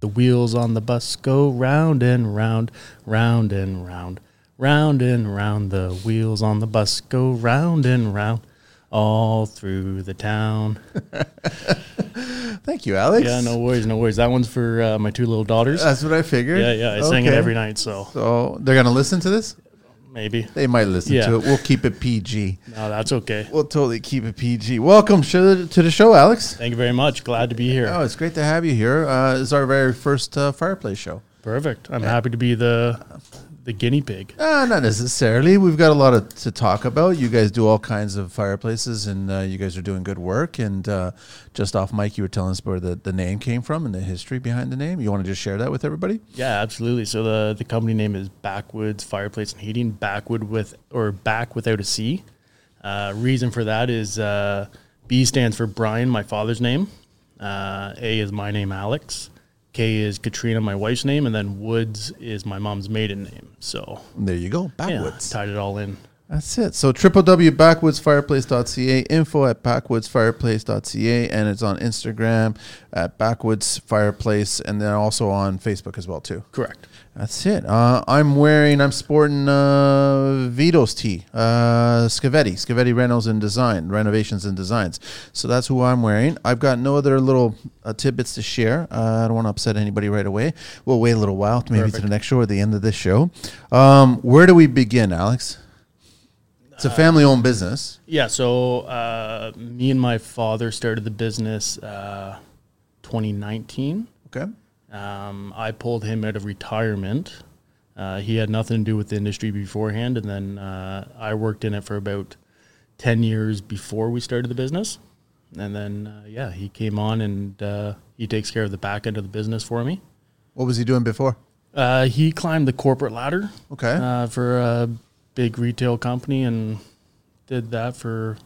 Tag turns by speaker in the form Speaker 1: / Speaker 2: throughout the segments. Speaker 1: The wheels on the bus go round and round, round and round, round and round. The wheels on the bus go round and round, all through the town.
Speaker 2: Thank you, Alex.
Speaker 1: Yeah, no worries, no worries. That one's for uh, my two little daughters.
Speaker 2: That's what I figured.
Speaker 1: Yeah, yeah. I sing it
Speaker 2: Okay.
Speaker 1: every night, so
Speaker 2: So they're gonna listen to this.
Speaker 1: maybe.
Speaker 2: They might listen
Speaker 1: Yeah.
Speaker 2: to it. We'll keep it PG.
Speaker 1: No, that's okay.
Speaker 2: We'll totally keep it PG. Welcome sh- to the show, Alex.
Speaker 1: Thank you very much. Glad to be here.
Speaker 2: Oh, it's great to have you here. Uh, it's our very first uh, fireplace show.
Speaker 1: Perfect. I'm happy to be the the guinea pig.
Speaker 2: Uh, not necessarily. We've got a lot of, to talk about. You guys do all kinds of fireplaces, and uh, you guys are doing good work. And uh, just off mic, you were telling us where the, the name came from and the history behind the name. You want to just share that with everybody?
Speaker 1: Yeah, absolutely. So the the company name is Backwoods Fireplace and Heating. Backwood with or back without a C. Uh, reason for that is uh, B stands for Brian, my father's name. Uh, a is my name, Alex. K is Katrina, my wife's name, and then Woods is my mom's maiden name. So
Speaker 2: And there you go.
Speaker 1: yeah,
Speaker 2: Backwoods.
Speaker 1: tied it all in.
Speaker 2: That's it. So www.backwoodsfireplace.ca, info at backwoodsfireplace.ca, and it's on Instagram at backwoods fireplace, and then also on Facebook as well too.
Speaker 1: Correct.
Speaker 2: That's it. Uh, I'm wearing, I'm sporting uh, Vito's tee, uh, Scavetti, Scavetti Reynolds and Design, Renovations and Designs. So that's who I'm wearing. I've got no other little uh, tidbits to share. Uh, I don't want to upset anybody right away. We'll wait a little while, maybe to
Speaker 1: Perfect.
Speaker 2: the next show or the end of this show. Um, where do we begin, Alex? It's a
Speaker 1: Uh,
Speaker 2: family-owned business.
Speaker 1: Yeah, so uh, me and my father started the business uh, 2019.
Speaker 2: Okay.
Speaker 1: Um, I pulled him out of retirement. Uh, he had nothing to do with the industry beforehand, and then uh, I worked in it for about 10 years before we started the business. And then, uh, yeah, he came on and uh, he takes care of the back end of the business for me.
Speaker 2: What was he doing before?
Speaker 1: Uh, he climbed the corporate ladder
Speaker 2: Okay.
Speaker 1: uh, for a big retail company and did that for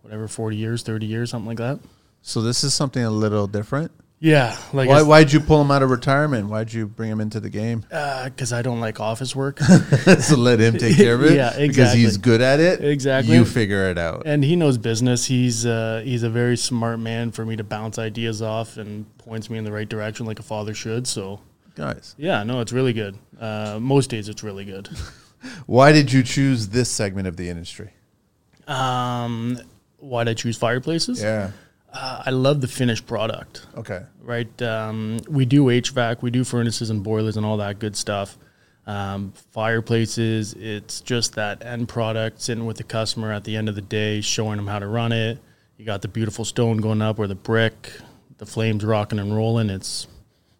Speaker 1: whatever 40 years, 30 years, something like that.
Speaker 2: so this is something a little different.
Speaker 1: Yeah, like
Speaker 2: Why, why'd you pull him out of retirement? Why'd you bring him into the game?
Speaker 1: because uh, I don't like office work.
Speaker 2: so let him take care of it.
Speaker 1: Yeah,
Speaker 2: Because he's
Speaker 1: exactly.
Speaker 2: good at it.
Speaker 1: Exactly.
Speaker 2: You figure it out.
Speaker 1: and he knows business. He's uh, he's a very smart man for me to bounce ideas off and points me in the right direction like a father should. So
Speaker 2: Guys,
Speaker 1: yeah, no, it's really good. Uh, most days it's really good.
Speaker 2: why did you choose this segment of the industry?
Speaker 1: Um, why'd I choose fireplaces?
Speaker 2: Yeah.
Speaker 1: Uh, I love the finished product.
Speaker 2: Okay.
Speaker 1: right? Um, we do HVAC, we do furnaces and boilers and all that good stuff. Um, fireplaces, it's just that end product sitting with the customer at the end of the day, showing them how to run it. You got the beautiful stone going up or the brick, the flames rocking and rolling. It's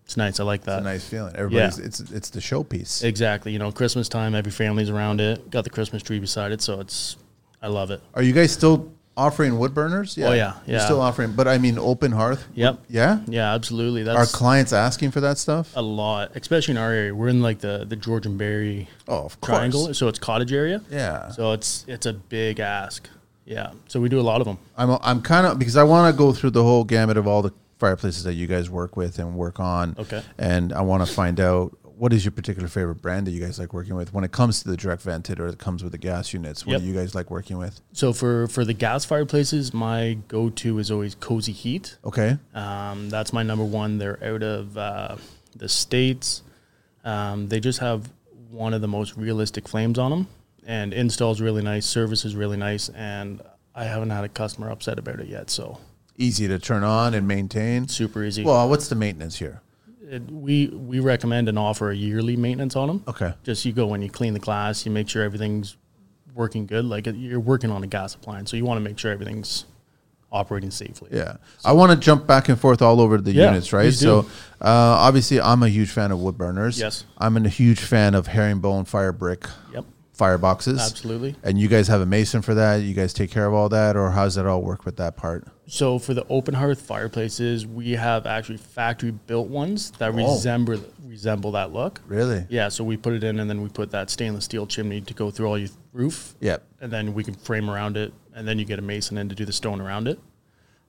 Speaker 1: it's nice. I like that.
Speaker 2: A nice feeling. Everybody's it's it's the showpiece.
Speaker 1: Exactly. You know, Christmas time, every family's around it. Got the Christmas tree beside it, so it's I love it.
Speaker 2: Are you guys still offering wood burners? Yeah.
Speaker 1: Oh, yeah,
Speaker 2: You're
Speaker 1: yeah.
Speaker 2: still offering but I mean open hearth.
Speaker 1: Yep.
Speaker 2: Yeah?
Speaker 1: Yeah, absolutely.
Speaker 2: Are
Speaker 1: That's
Speaker 2: clients asking for that stuff?
Speaker 1: a lot, especially in our area. We're in like the the Georgian Berry
Speaker 2: Oh, of course.
Speaker 1: triangle, so it's cottage area.
Speaker 2: Yeah.
Speaker 1: So it's it's a big ask. Yeah. So we do a lot of them.
Speaker 2: I'm I'm kind of because I want to go through the whole gamut of all the fireplaces that you guys work with and work on.
Speaker 1: Okay.
Speaker 2: And I want to find out what is your particular favorite brand that you guys like working with when it comes to the direct vented or it comes with the gas units. What
Speaker 1: Yep.
Speaker 2: do you guys like working with?
Speaker 1: So for for the gas fireplaces, my go to is always Cozy Heat.
Speaker 2: Okay.
Speaker 1: Um, that's my number one. They're out of uh, the states. Um, they just have one of the most realistic flames on them, and installs really nice, service is really nice, and I haven't had a customer upset about it yet. So
Speaker 2: Easy to turn on and maintain.
Speaker 1: super easy.
Speaker 2: Well, what's the maintenance here?
Speaker 1: It- we we recommend and offer a yearly maintenance on them.
Speaker 2: Okay.
Speaker 1: just you go and you clean the glass, you make sure everything's working good. Like it- you're working on a gas appliance, so you want to make sure everything's operating safely.
Speaker 2: Yeah. I want to jump back and forth all over the
Speaker 1: Yeah,
Speaker 2: units, right?
Speaker 1: please do.
Speaker 2: So, uh, obviously, I'm a huge fan of wood burners.
Speaker 1: Yes.
Speaker 2: I'm a huge fan of herringbone fire brick
Speaker 1: Yep,
Speaker 2: fire boxes.
Speaker 1: absolutely.
Speaker 2: And you guys have a mason for that? You guys take care of all that, or how's that all work with that part?
Speaker 1: So for the open hearth fireplaces, we have actually factory built ones that resemble resemble that look.
Speaker 2: Oh. Really?
Speaker 1: Yeah, so we put it in, and then we put that stainless steel chimney to go through all your roof.
Speaker 2: Yep.
Speaker 1: and then we can frame around it, and then you get a mason in to do the stone around it.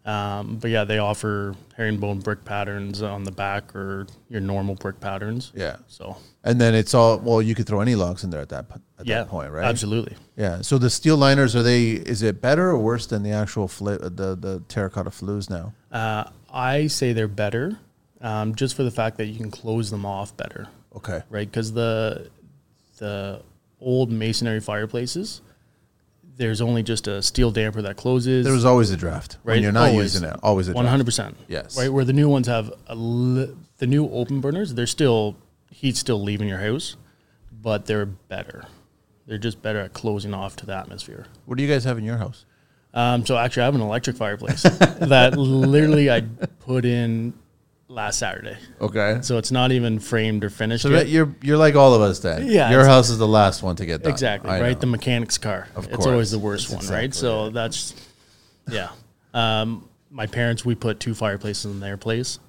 Speaker 1: Um, but yeah, they offer herringbone brick patterns on the back or your normal brick patterns.
Speaker 2: Yeah.
Speaker 1: So
Speaker 2: And then it's all well. You could throw any logs in there at that p- at
Speaker 1: yeah,
Speaker 2: that point, right?
Speaker 1: Absolutely.
Speaker 2: Yeah. So the steel liners are they? Is it better or worse uh, than the actual fli- the the terracotta flues now?
Speaker 1: Uh, I say they're better. um, just for the fact that you can close them off better,
Speaker 2: Okay.
Speaker 1: right? Because the the old masonry fireplaces, there's only just a steel damper that closes.
Speaker 2: There was always a draft. Right. When you're not
Speaker 1: Always.
Speaker 2: using it, always a
Speaker 1: One
Speaker 2: draft.
Speaker 1: hundred percent.
Speaker 2: Yes.
Speaker 1: Right where the new ones have a li- the new open burners, they're still heat's still leaving your house, but they're better. They're just better at closing off to the atmosphere.
Speaker 2: What do you guys have in your house?
Speaker 1: Um, so actually, I have an electric fireplace that literally I put in last Saturday.
Speaker 2: Okay. So,
Speaker 1: So it's not even framed or finished
Speaker 2: that
Speaker 1: yet.
Speaker 2: you're you're like all of us then.
Speaker 1: Yeah,
Speaker 2: Your
Speaker 1: it's-
Speaker 2: house is the last one to get done.
Speaker 1: Exactly.
Speaker 2: I
Speaker 1: right.
Speaker 2: know.
Speaker 1: The mechanic's car.
Speaker 2: Of
Speaker 1: It's always the
Speaker 2: course.
Speaker 1: worst
Speaker 2: That's
Speaker 1: one, right?
Speaker 2: exactly
Speaker 1: So that's, yeah. Um, my parents, we put two fireplaces in their place,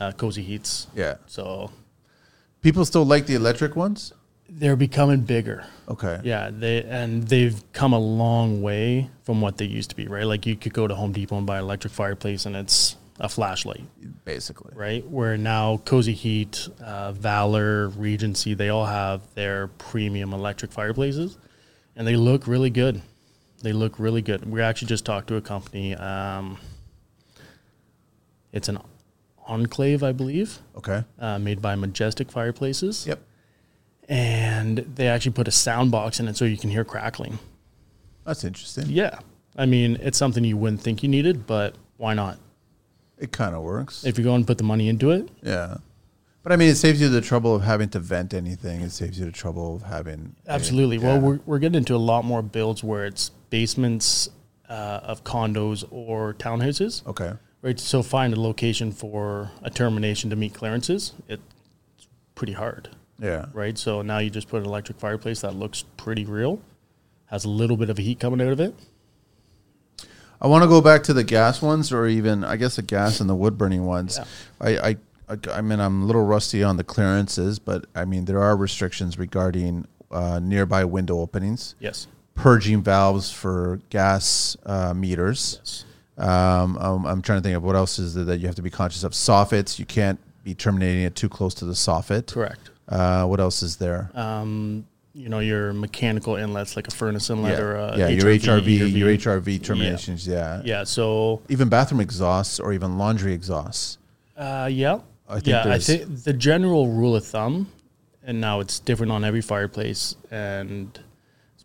Speaker 1: uh, cozy heats.
Speaker 2: yeah.
Speaker 1: So
Speaker 2: People still like the electric ones.
Speaker 1: they're becoming bigger.
Speaker 2: Okay.
Speaker 1: Yeah, they and they've come a long way from what they used to be, right? Like you could go to Home Depot and buy an electric fireplace, and it's a flashlight,
Speaker 2: Basically.
Speaker 1: right? Where now Cozy Heat, uh, Valor, Regency, they all have their premium electric fireplaces, and they look really good. They look really good. We actually just talked to a company. Um, it's an Enclave, I believe,
Speaker 2: Okay.
Speaker 1: uh, made by Majestic Fireplaces
Speaker 2: Yep.
Speaker 1: and they actually put a sound box in it so you can hear crackling.
Speaker 2: That's interesting.
Speaker 1: Yeah. I mean, it's something you wouldn't think you needed, but why not?
Speaker 2: It kind of works.
Speaker 1: If you go and put the money into it,
Speaker 2: yeah. But I mean, it saves you the trouble of having to vent anything. It saves you the trouble of having
Speaker 1: absolutely. Well,
Speaker 2: Yeah.
Speaker 1: we're, we're getting into a lot more builds where it's basements uh, of condos or townhouses,
Speaker 2: okay.
Speaker 1: right? So find a location for a termination to meet clearances. It's pretty hard,
Speaker 2: Yeah.
Speaker 1: right? So now you just put an electric fireplace that looks pretty real, has a little bit of heat coming out of it.
Speaker 2: I want to go back to the gas ones, or even I guess the gas and the wood burning ones.
Speaker 1: Yeah.
Speaker 2: I, I, I, I mean, I'm a little rusty on the clearances, but I mean, there are restrictions regarding uh, nearby window openings,
Speaker 1: Yes.
Speaker 2: purging valves for gas uh, meters.
Speaker 1: Yes.
Speaker 2: Um, um, I'm trying to think of what else is there that you have to be conscious of. Soffits, you can't be terminating it too close to the soffit.
Speaker 1: Correct.
Speaker 2: Uh, what else is there?
Speaker 1: um, you know, your mechanical inlets like a furnace inlet or a
Speaker 2: yeah, your HRV, your HRV terminations. Yeah.
Speaker 1: Yeah, so
Speaker 2: Even bathroom exhausts or even laundry exhausts.
Speaker 1: uh, yeah,
Speaker 2: I think
Speaker 1: yeah. I
Speaker 2: there's-
Speaker 1: think the general rule of thumb, and now it's different on every fireplace, and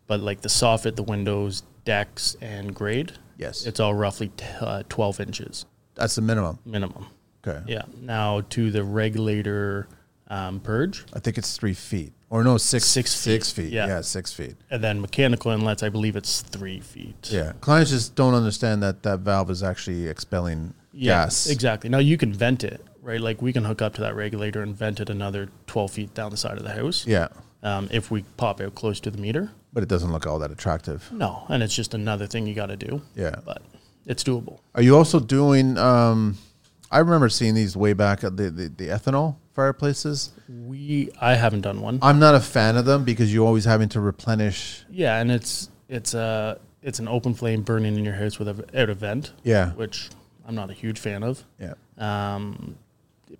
Speaker 1: but like the soffit, the windows, decks, and grade,
Speaker 2: Yes.
Speaker 1: it's all roughly t- uh, twelve inches
Speaker 2: That's the minimum.
Speaker 1: minimum.
Speaker 2: Okay.
Speaker 1: Yeah. Now to the regulator um, purge,
Speaker 2: I think it's three feet or no six
Speaker 1: Six
Speaker 2: six feet.
Speaker 1: yeah.
Speaker 2: Yeah. six feet.
Speaker 1: and then mechanical inlets, I believe it's three feet.
Speaker 2: Yeah, clients just don't understand that that valve is actually expelling
Speaker 1: Yeah,
Speaker 2: gas.
Speaker 1: Exactly. Now you can vent it, right? Like we can hook up to that regulator and vent it another 12 feet down the side of the house.
Speaker 2: Yeah,
Speaker 1: Um, if we pop out close to the meter,
Speaker 2: but it doesn't look all that attractive.
Speaker 1: no. And it's just another thing you got to do.
Speaker 2: Yeah.
Speaker 1: But it's doable.
Speaker 2: Are you also doing? Um, I remember seeing these way back at the, the, the ethanol fireplaces.
Speaker 1: We, I haven't done one.
Speaker 2: I'm not a fan of them because you're always having to replenish.
Speaker 1: yeah. And it's, it's a, it's an open flame burning in your house with a, out a vent.
Speaker 2: Yeah.
Speaker 1: Which I'm not a huge fan of.
Speaker 2: Yeah.
Speaker 1: Um,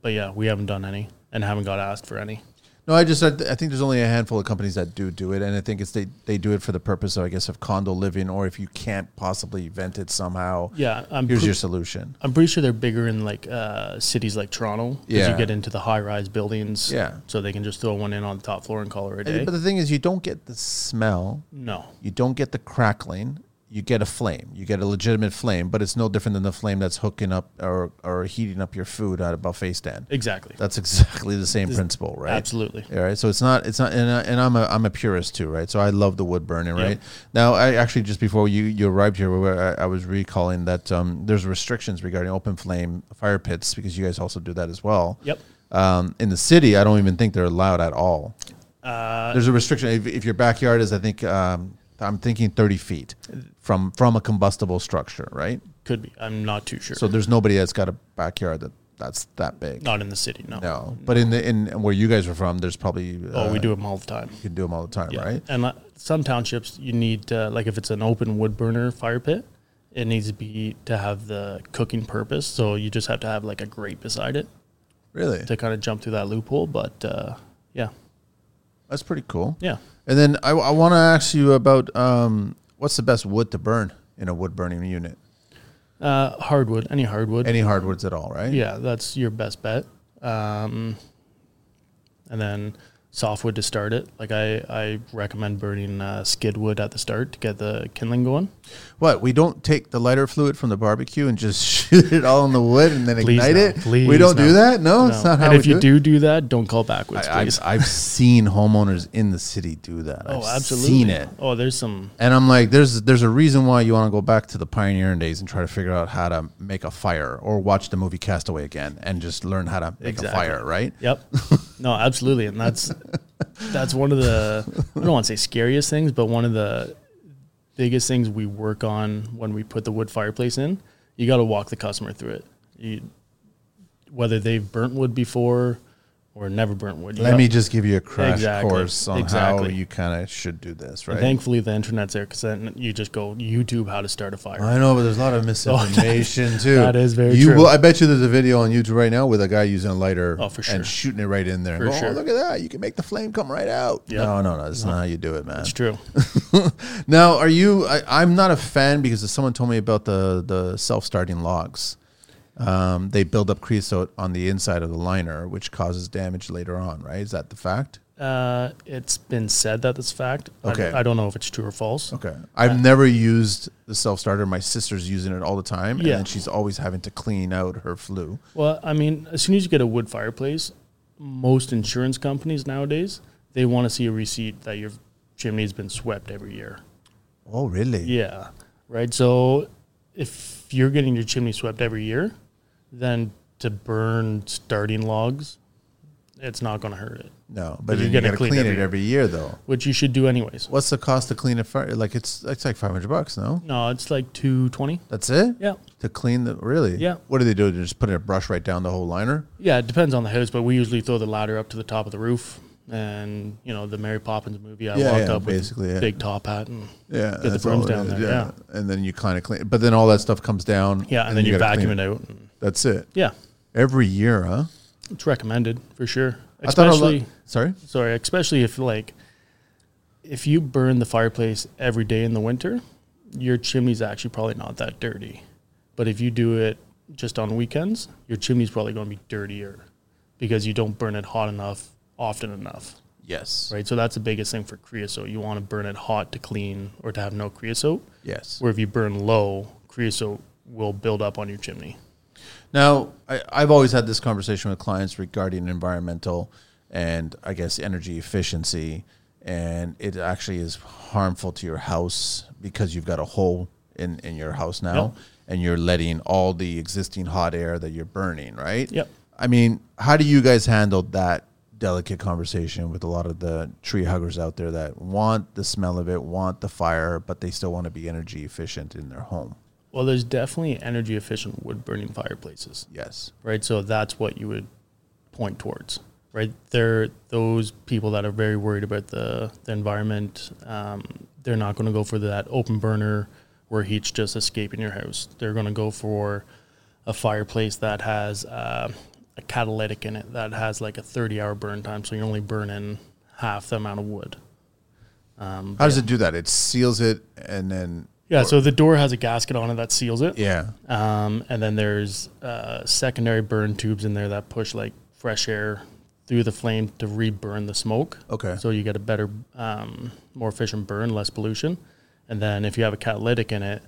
Speaker 1: but yeah, we haven't done any and haven't got asked for any.
Speaker 2: No, I just I, I think there's only a handful of companies that do do it, and I think it's they they do it for the purpose of I guess of condo living or if you can't possibly vent it somehow.
Speaker 1: Yeah. I'm
Speaker 2: Here's
Speaker 1: pre-
Speaker 2: your solution.
Speaker 1: I'm pretty sure they're bigger in like uh, cities like Toronto. 'cause
Speaker 2: Yeah.
Speaker 1: you get into the high-rise buildings.
Speaker 2: Yeah.
Speaker 1: So they can just throw one in on the top floor and call it a day.
Speaker 2: But the thing is, you don't get the smell,
Speaker 1: No.
Speaker 2: you don't get the crackling. You get a flame. You get a legitimate flame, but it's no different than the flame that's hooking up or, or heating up your food at a buffet stand.
Speaker 1: Exactly.
Speaker 2: That's exactly the same principle, right?
Speaker 1: Absolutely.
Speaker 2: All right. So it's not. It's not. And, I, and I'm a I'm a purist too, right? So I love the wood burning, right? Now, I actually just before you you arrived here, we were, I, I was recalling that um, there's restrictions regarding open flame fire pits because you guys also do that as well.
Speaker 1: Yep.
Speaker 2: Um, in the city, I don't even think they're allowed at all.
Speaker 1: Uh,
Speaker 2: there's a restriction if, if your backyard is, I think, um, I'm thinking 30 feet from from a combustible structure, right?
Speaker 1: Could be. I'm not too sure.
Speaker 2: So there's nobody that's got a backyard that that's that big.
Speaker 1: not in the city. No.
Speaker 2: No, but in the in where you guys are from, there's probably
Speaker 1: Oh, we
Speaker 2: uh,
Speaker 1: do them all the time.
Speaker 2: you can do them all the time,
Speaker 1: Yeah.
Speaker 2: right?
Speaker 1: And uh, some townships, you need uh, like if it's an open wood burner fire pit, it needs to be to have the cooking purpose. So you just have to have like a grate beside it
Speaker 2: Really,
Speaker 1: to kind of jump through that loophole. But uh, yeah,
Speaker 2: that's pretty cool.
Speaker 1: yeah.
Speaker 2: And then I, I want to ask you about um, what's the best wood to burn in a wood burning unit?
Speaker 1: Uh, hardwood, any hardwood.
Speaker 2: Any hardwoods at all, right?
Speaker 1: Yeah, that's your best bet. um, and then softwood to start it. Like I, I recommend burning uh, skid wood at the start to get the kindling going.
Speaker 2: What we don't take the lighter fluid from the barbecue and just shoot it all in the wood and then
Speaker 1: Please
Speaker 2: ignite
Speaker 1: no.
Speaker 2: it.
Speaker 1: Please
Speaker 2: we don't
Speaker 1: no.
Speaker 2: do that. No, it's
Speaker 1: No.
Speaker 2: Oh, not how
Speaker 1: and
Speaker 2: we
Speaker 1: if you
Speaker 2: do. it.
Speaker 1: do do that, don't call backwards,
Speaker 2: I,
Speaker 1: please.
Speaker 2: I've, I've seen homeowners in the city do that.
Speaker 1: oh,
Speaker 2: I've
Speaker 1: absolutely.
Speaker 2: Seen it.
Speaker 1: Oh, there's some.
Speaker 2: And I'm like, there's there's a reason why you want to go back to the pioneering days and try to figure out how to make a fire, or watch the movie Castaway again and just learn how to make a
Speaker 1: Exactly.
Speaker 2: fire, right?
Speaker 1: Yep. no, absolutely, and that's that's one of the I don't want to say scariest things, but one of the biggest things we work on when we put the wood fireplace in. You got to walk the customer through it. You, whether they've burnt wood before or never burnt wood. you
Speaker 2: Let
Speaker 1: got-
Speaker 2: me just give you a crash
Speaker 1: Exactly.
Speaker 2: course on how
Speaker 1: Exactly.
Speaker 2: you kind of should do this,
Speaker 1: And
Speaker 2: right?
Speaker 1: Thankfully, the internet's there because then you just go YouTube how to start a fire.
Speaker 2: I know, but there's a lot of misinformation too.
Speaker 1: Oh, that is very
Speaker 2: you
Speaker 1: true.
Speaker 2: Will, I bet you there's a video on YouTube right now with a guy using a lighter
Speaker 1: Oh, for sure.
Speaker 2: and shooting it right in there. and
Speaker 1: For
Speaker 2: go,
Speaker 1: sure.
Speaker 2: Oh, look at that! You can make the flame come right out.
Speaker 1: Yep.
Speaker 2: No, no, no. That's not how you do it, man.
Speaker 1: It's true.
Speaker 2: Now, are you? I, I'm not a fan because someone told me about the the self starting logs. Um, they build up creosote on the inside of the liner, which causes damage later on. Right? Is that the fact?
Speaker 1: Uh, it's been said that that's fact. I-
Speaker 2: Okay.
Speaker 1: I, don't know if it's true or false.
Speaker 2: Okay. I've
Speaker 1: Uh,
Speaker 2: never used the self starter. My sister's using it all the time,
Speaker 1: Yeah.
Speaker 2: and she's always having to clean out her flue.
Speaker 1: Well, I mean, as soon as you get a wood fireplace, most insurance companies nowadays they want to see a receipt that your chimney's been swept every year.
Speaker 2: Oh, really?
Speaker 1: Yeah. Right. So if you're getting your chimney swept every year, then to burn starting logs, it's not going to hurt it,
Speaker 2: No, but
Speaker 1: you're
Speaker 2: then you
Speaker 1: gonna
Speaker 2: got to
Speaker 1: clean
Speaker 2: clean
Speaker 1: every
Speaker 2: it
Speaker 1: year.
Speaker 2: every year, though.
Speaker 1: which you should do anyways.
Speaker 2: What's the cost to clean it? For, like it's it's like five hundred bucks. No,
Speaker 1: No, it's like 220.
Speaker 2: that's it.
Speaker 1: Yeah.
Speaker 2: To clean the really.
Speaker 1: Yeah.
Speaker 2: What do they do? They just put a brush right down the whole liner.
Speaker 1: Yeah, it depends on the house, but we usually throw the ladder up to the top of the roof. And you know the Mary Poppins movie, I
Speaker 2: Yeah,
Speaker 1: walked
Speaker 2: yeah,
Speaker 1: up with
Speaker 2: basically, yeah.
Speaker 1: big top hat and
Speaker 2: Yeah,
Speaker 1: the
Speaker 2: that's
Speaker 1: brooms
Speaker 2: all it
Speaker 1: down
Speaker 2: is,
Speaker 1: there,
Speaker 2: and then you kind of clean, but then all that stuff comes down.
Speaker 1: yeah, and, then you
Speaker 2: gotta
Speaker 1: vacuum
Speaker 2: clean
Speaker 1: it out. And,
Speaker 2: That's it.
Speaker 1: yeah,
Speaker 2: Every year, huh?
Speaker 1: it's recommended for sure.
Speaker 2: I thought a lot-
Speaker 1: Especially
Speaker 2: sorry.
Speaker 1: sorry, especially if like if you burn the fireplace every day in the winter, your chimney's actually probably not that dirty. But if you do it just on weekends, your chimney's probably going to be dirtier because you don't burn it hot enough often enough.
Speaker 2: Yes.
Speaker 1: right? So that's the biggest thing for creosote. You want to burn it hot to clean or to have no creosote.
Speaker 2: Yes.
Speaker 1: Where if you burn low, creosote will build up on your chimney.
Speaker 2: Now, I, I've always had this conversation with clients regarding environmental and I guess energy efficiency, and it actually is harmful to your house because you've got a hole in, in your house now,
Speaker 1: Yep.
Speaker 2: and you're letting all the existing hot air that you're burning, right?
Speaker 1: Yep.
Speaker 2: I mean, how do you guys handle that delicate conversation with a lot of the tree huggers out there that want the smell of it, want the fire, but they still want to be energy efficient in their home?
Speaker 1: Well, there's definitely energy efficient wood burning fireplaces,
Speaker 2: Yes.
Speaker 1: right? So that's what you would point towards, right? There, those people that are very worried about the, the environment, um, they're not going to go for that open burner where heat's just escaping your house. They're going to go for a fireplace that has uh, a catalytic in it that has like a 30 hour burn time. So you're only burning half the amount of wood.
Speaker 2: How does it do that? It seals it and then
Speaker 1: Yeah. So the door has a gasket on it that seals it.
Speaker 2: yeah.
Speaker 1: Um, and then there's uh, secondary burn tubes in there that push like fresh air through the flame to reburn the smoke.
Speaker 2: Okay.
Speaker 1: So you get a better, um, more efficient burn, less pollution. And then if you have a catalytic in it,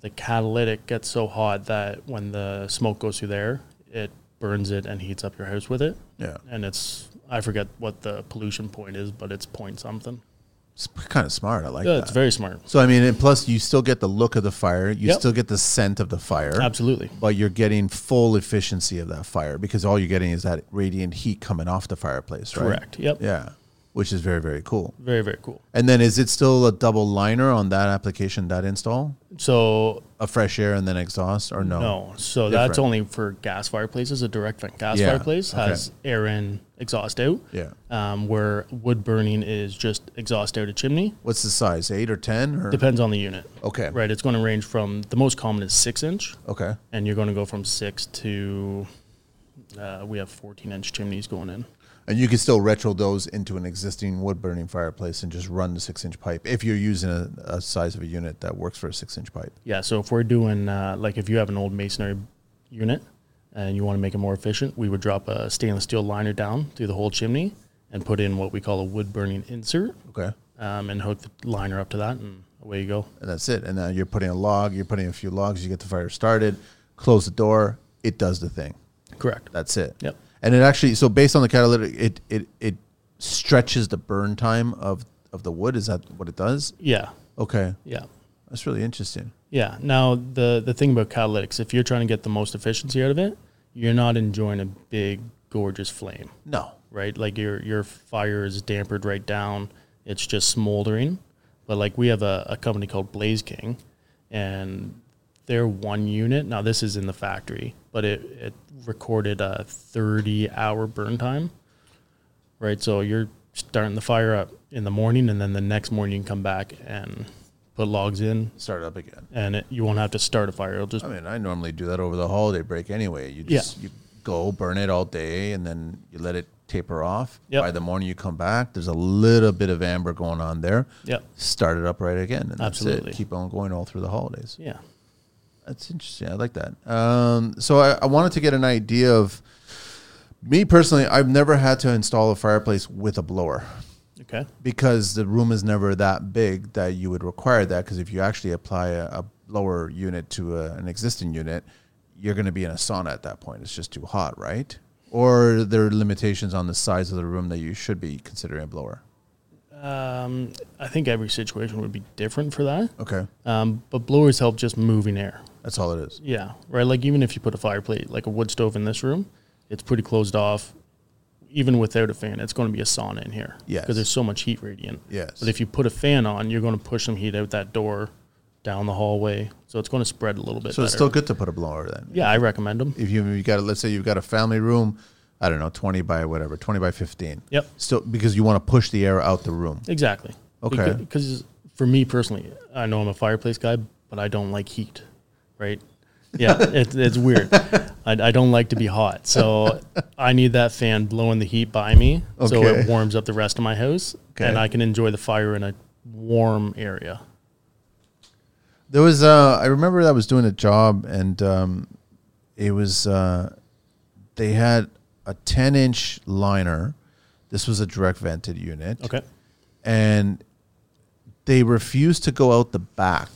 Speaker 1: the catalytic gets so hot that when the smoke goes through there, it burns it and heats up your house with it.
Speaker 2: Yeah.
Speaker 1: And it's I forget what the pollution point is, but it's point something.
Speaker 2: It's kind of smart. I like
Speaker 1: Yeah,
Speaker 2: that.
Speaker 1: it's very smart.
Speaker 2: so I mean, and plus you still get the look of the fire, you
Speaker 1: Yep.
Speaker 2: still get the scent of the fire.
Speaker 1: Absolutely.
Speaker 2: But you're getting full efficiency of that fire because all you're getting is that radiant heat coming off the fireplace, right?
Speaker 1: Correct. Yep.
Speaker 2: Yeah. Which is very, very cool.
Speaker 1: Very very cool.
Speaker 2: And then is it still a double liner on that application, that install?
Speaker 1: So
Speaker 2: A fresh air and then exhaust or no?
Speaker 1: No, so that's
Speaker 2: Oh, Different.
Speaker 1: only for gas fireplaces. A direct vent gas
Speaker 2: Yeah,
Speaker 1: fireplace
Speaker 2: okay.
Speaker 1: has air in, exhaust out.
Speaker 2: Yeah.
Speaker 1: Um, where wood burning is just exhaust out a chimney.
Speaker 2: What's the size? Eight or ten or
Speaker 1: Depends on the unit.
Speaker 2: Okay.
Speaker 1: Right. It's going to range from the most common is six inch,
Speaker 2: Okay.
Speaker 1: and you're going to go from six to. Uh, we have 14 inch chimneys going in.
Speaker 2: And you can still retro those into an existing wood burning fireplace and just run the six inch pipe if you're using a, a size of a unit that works for a six inch pipe.
Speaker 1: Yeah. So if we're doing uh, like if you have an old masonry unit, and you want to make it more efficient, we would drop a stainless steel liner down through the whole chimney and put in what we call a wood burning insert
Speaker 2: Okay.
Speaker 1: um, and hook the liner up to that, and away you go.
Speaker 2: And that's it. And now you're putting a log, you're putting a few logs, you get the fire started, close the door, it does the thing.
Speaker 1: Correct.
Speaker 2: That's it.
Speaker 1: Yep.
Speaker 2: And it actually so based on the catalytic it it it stretches the burn time of of the wood. Is that what it does?
Speaker 1: Yeah.
Speaker 2: Okay.
Speaker 1: Yeah.
Speaker 2: That's really interesting.
Speaker 1: Yeah. Now the the thing about catalytics, if you're trying to get the most efficiency out of it, you're not enjoying a big gorgeous flame,
Speaker 2: No.
Speaker 1: right? Like your your fire is dampered right down. It's just smoldering. But like we have a, a company called Blaze King and their one unit, now this is in the factory, but it, it recorded a 30 hour burn time, right? So you're starting the fire up in the morning and then the next morning you can come back and put logs in,
Speaker 2: Start up again.
Speaker 1: and it, you won't have to start a fire. It'll just
Speaker 2: I mean, I normally do that over the holiday break anyway. You just you go burn it all day and then you let it taper off.
Speaker 1: Yep.
Speaker 2: By the morning you come back, there's a little bit of amber going on there.
Speaker 1: Yep.
Speaker 2: Start it up right again and
Speaker 1: Absolutely.
Speaker 2: that's it. Keep on going all through the holidays.
Speaker 1: yeah,
Speaker 2: That's interesting. I like that. Um, so I, I wanted to get an idea of me personally. I've never had to install a fireplace with a blower
Speaker 1: okay,
Speaker 2: because the room is never that big that you would require that. Because if you actually apply a, a blower unit to a, an existing unit, you're going to be in a sauna at that point. It's just too hot, right? Or there are limitations on the size of the room that you should be considering a blower.
Speaker 1: um, I think every situation would be different for that.
Speaker 2: Okay,
Speaker 1: Um, but blowers help just moving air.
Speaker 2: that's all it is.
Speaker 1: Yeah, right. Like even if you put a fire plate, like a wood stove in this room, it's pretty closed off. Even without a fan, it's going to be a sauna in here.
Speaker 2: Yes.
Speaker 1: because there's so much heat radiant.
Speaker 2: Yes.
Speaker 1: but if you put a fan on, you're going to push some heat out that door, down the hallway, so it's going to spread a little bit.
Speaker 2: So it's
Speaker 1: better.
Speaker 2: still good to put a blower then.
Speaker 1: yeah, I recommend them.
Speaker 2: if you you got let's say you've got a family room, I don't know, twenty by whatever, twenty by fifteen.
Speaker 1: Yep.
Speaker 2: So because you want to push the air out the room.
Speaker 1: Exactly.
Speaker 2: Okay.
Speaker 1: Because for me personally, I know I'm a fireplace guy, but I don't like heat, right? Yeah, it, it's weird. I, I don't like to be hot, so I need that fan blowing the heat by me, so
Speaker 2: Okay.
Speaker 1: it warms up the rest of my house,
Speaker 2: Okay.
Speaker 1: and I can enjoy the fire in a warm area.
Speaker 2: There was uh, I remember I was doing a job and um, it was uh, they had a ten inch liner. This was a direct vented unit.
Speaker 1: Okay,
Speaker 2: And they refused to go out the back.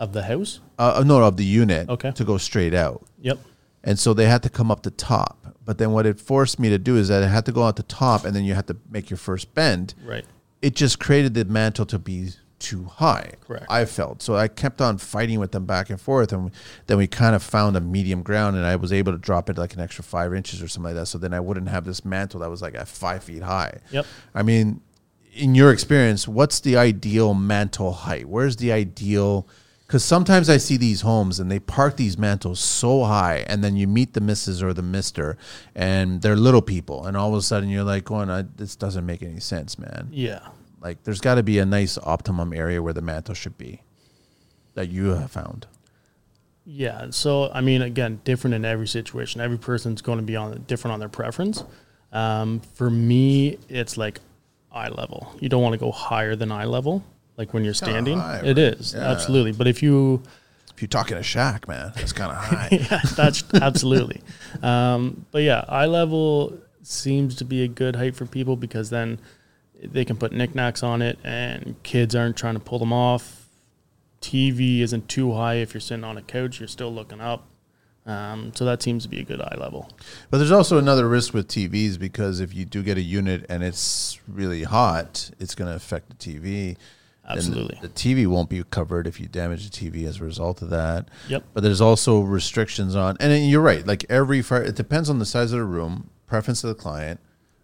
Speaker 1: of the house.
Speaker 2: Uh, no, of the unit.
Speaker 1: Okay.
Speaker 2: To go straight out.
Speaker 1: Yep.
Speaker 2: And so they had to come up the top. But then what it forced me to do is that I had to go out the top and then you had to make your first bend.
Speaker 1: Right.
Speaker 2: It just created the mantle to be too high.
Speaker 1: Correct.
Speaker 2: I felt. So I kept on fighting with them back and forth. And then we kind of found a medium ground and I was able to drop it like an extra five inches or something like that. So then I wouldn't have this mantle that was like at five feet high.
Speaker 1: Yep.
Speaker 2: I mean, in your experience, what's the ideal mantle height? Where's the ideal? Because sometimes I see these homes and they park these mantles so high, and then you meet the missus or the mister, and they're little people, and all of a sudden you're like, going, I, this doesn't make any sense, man.
Speaker 1: Yeah.
Speaker 2: Like, there's got to be a nice optimum area where the mantle should be that you have found.
Speaker 1: Yeah. So I mean, again, different in every situation. Every person's going to be on different on their preference. Um, for me, it's like eye level. You don't want to go higher than eye level, like when you're
Speaker 2: kinda
Speaker 1: standing.
Speaker 2: high,
Speaker 1: It
Speaker 2: right?
Speaker 1: is
Speaker 2: Yeah.
Speaker 1: absolutely. But if you,
Speaker 2: If you're talking a shack, man, that's kind of high.
Speaker 1: yeah, that's absolutely. Um, but yeah, eye level seems to be a good height for people because then they can put knickknacks on it, and kids aren't trying to pull them off. TV isn't too high if you're sitting on a couch; you're still looking up. Um, so that seems to be a good eye level.
Speaker 2: But there's also another risk with TVs because if you do get a unit and it's really hot, it's going to affect the TV. Then
Speaker 1: Absolutely.
Speaker 2: The TV won't be covered if you damage the TV as a result of that.
Speaker 1: Yep.
Speaker 2: But there's also restrictions on, and then you're right, like every fire, it depends on the size of the room, preference of the client,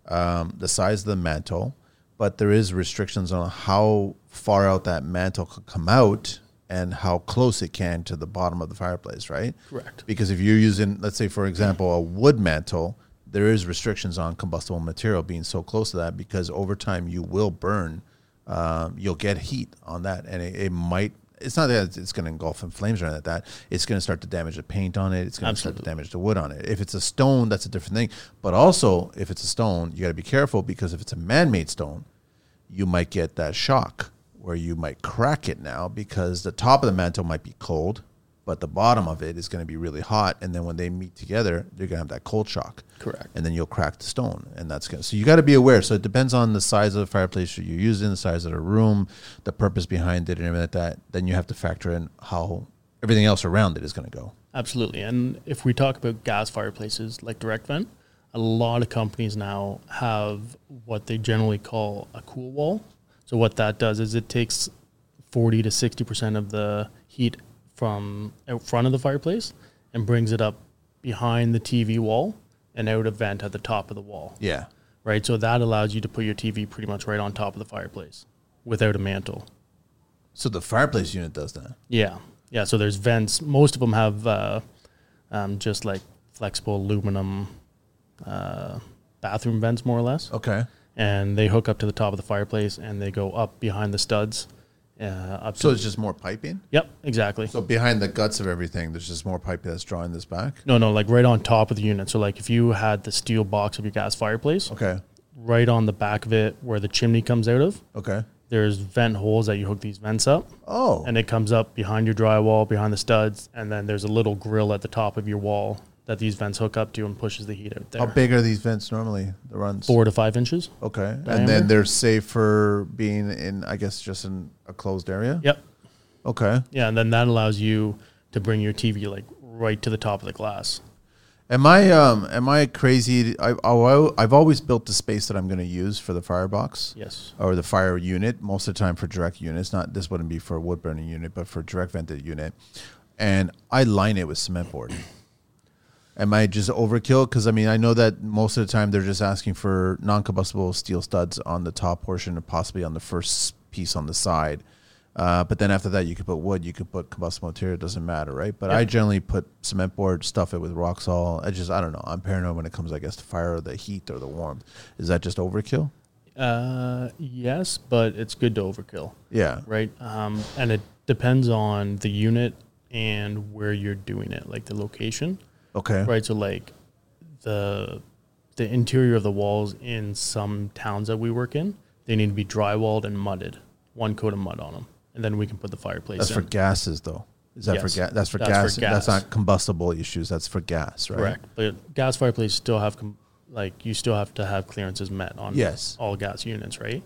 Speaker 2: um, the size of the mantle, but there is restrictions on how far out that mantle could come out and how close it can to the bottom of the fireplace, right?
Speaker 1: Correct.
Speaker 2: Because if you're using, let's say, for example, a wood mantle, there is restrictions on combustible material being so close to that because over time you will burn. Um, you'll get heat on that, and it, it might. It's not that it's going to engulf in flames or anything like that. It's going to start to damage the paint on it. It's going to start to damage the wood on it. If it's a stone, that's a different thing. But also, if it's a stone, you got to be careful because if it's a man-made stone, you might get that shock where you might crack it now because the top of the mantle might be cold but the bottom of it is going to be really hot. And then when they meet together, you're going to have that cold shock.
Speaker 1: Correct.
Speaker 2: And then you'll crack the stone, and that's going. to So you got to be aware. So it depends on the size of the fireplace you're using, the size of the room, the purpose behind it, and everything like that. Then you have to factor in how everything else around it is going to go.
Speaker 1: Absolutely. And if we talk about gas fireplaces like direct vent, a lot of companies now have what they generally call a cool wall. So what that does is it takes 40 to 60% of the heat from out front of the fireplace and brings it up behind the TV wall and out a vent at the top of the wall.
Speaker 2: Yeah.
Speaker 1: Right? So that allows you to put your TV pretty much right on top of the fireplace without a mantle.
Speaker 2: So the fireplace unit does that.
Speaker 1: Yeah, yeah. So there's vents. Most of them have uh, um, just like flexible aluminum uh, bathroom vents, more or less,
Speaker 2: Okay.
Speaker 1: and they hook up to the top of the fireplace and they go up behind the studs. Uh, up
Speaker 2: So
Speaker 1: to,
Speaker 2: it's just more piping.
Speaker 1: yep, exactly.
Speaker 2: So behind the guts of everything, there's just more piping that's drawing this back.
Speaker 1: no, no, like right on top of the unit. So like if you had the steel box of your gas fireplace,
Speaker 2: Okay.
Speaker 1: right on the back of it where the chimney comes out of,
Speaker 2: Okay.
Speaker 1: there's vent holes that you hook these vents up.
Speaker 2: Oh.
Speaker 1: and it comes up behind your drywall, behind the studs, and then there's a little grill at the top of your wall that these vents hook up to and pushes the heat out there.
Speaker 2: How big are these vents normally? The runs.
Speaker 1: Four to five inches.
Speaker 2: Okay. And
Speaker 1: Diameter?
Speaker 2: then they're safe for being in, I guess, just in a closed area.
Speaker 1: Yep.
Speaker 2: Okay.
Speaker 1: Yeah, and then that allows you to bring your TV like right to the top of the glass.
Speaker 2: Am I um am I crazy? I, I I've always built the space that I'm going to use for the firebox.
Speaker 1: Yes.
Speaker 2: or the fire unit most of the time for direct units not this wouldn't be for a wood burning unit but for direct vented unit and i line it with cement board am i just overkill because i mean i know that most of the time they're just asking for non-combustible steel studs on the top portion and possibly on the first piece on the side uh, but then after that you could put wood you could put combustible material it doesn't matter right but i generally put cement board stuff it with rock salt i just i don't know i'm paranoid when it comes i guess to fire or the heat or the warmth is that just overkill
Speaker 1: Uh, yes, but it's good to overkill,
Speaker 2: yeah
Speaker 1: right? Um, and it depends on the unit and where you're doing it, like the location.
Speaker 2: okay
Speaker 1: right so like the the interior of the walls in some towns that we work in they need to be drywalled and mudded one coat of mud on them and then we can put the fireplace
Speaker 2: That's
Speaker 1: in
Speaker 2: for gases, though. Is that
Speaker 1: Yes.
Speaker 2: for gas? That's for
Speaker 1: That's
Speaker 2: gas.
Speaker 1: for
Speaker 2: That's
Speaker 1: gas.
Speaker 2: not combustible issues. That's for gas, right?
Speaker 1: correct but gas fireplaces still have com- like you still have to have clearances met on
Speaker 2: Yes.
Speaker 1: all gas units right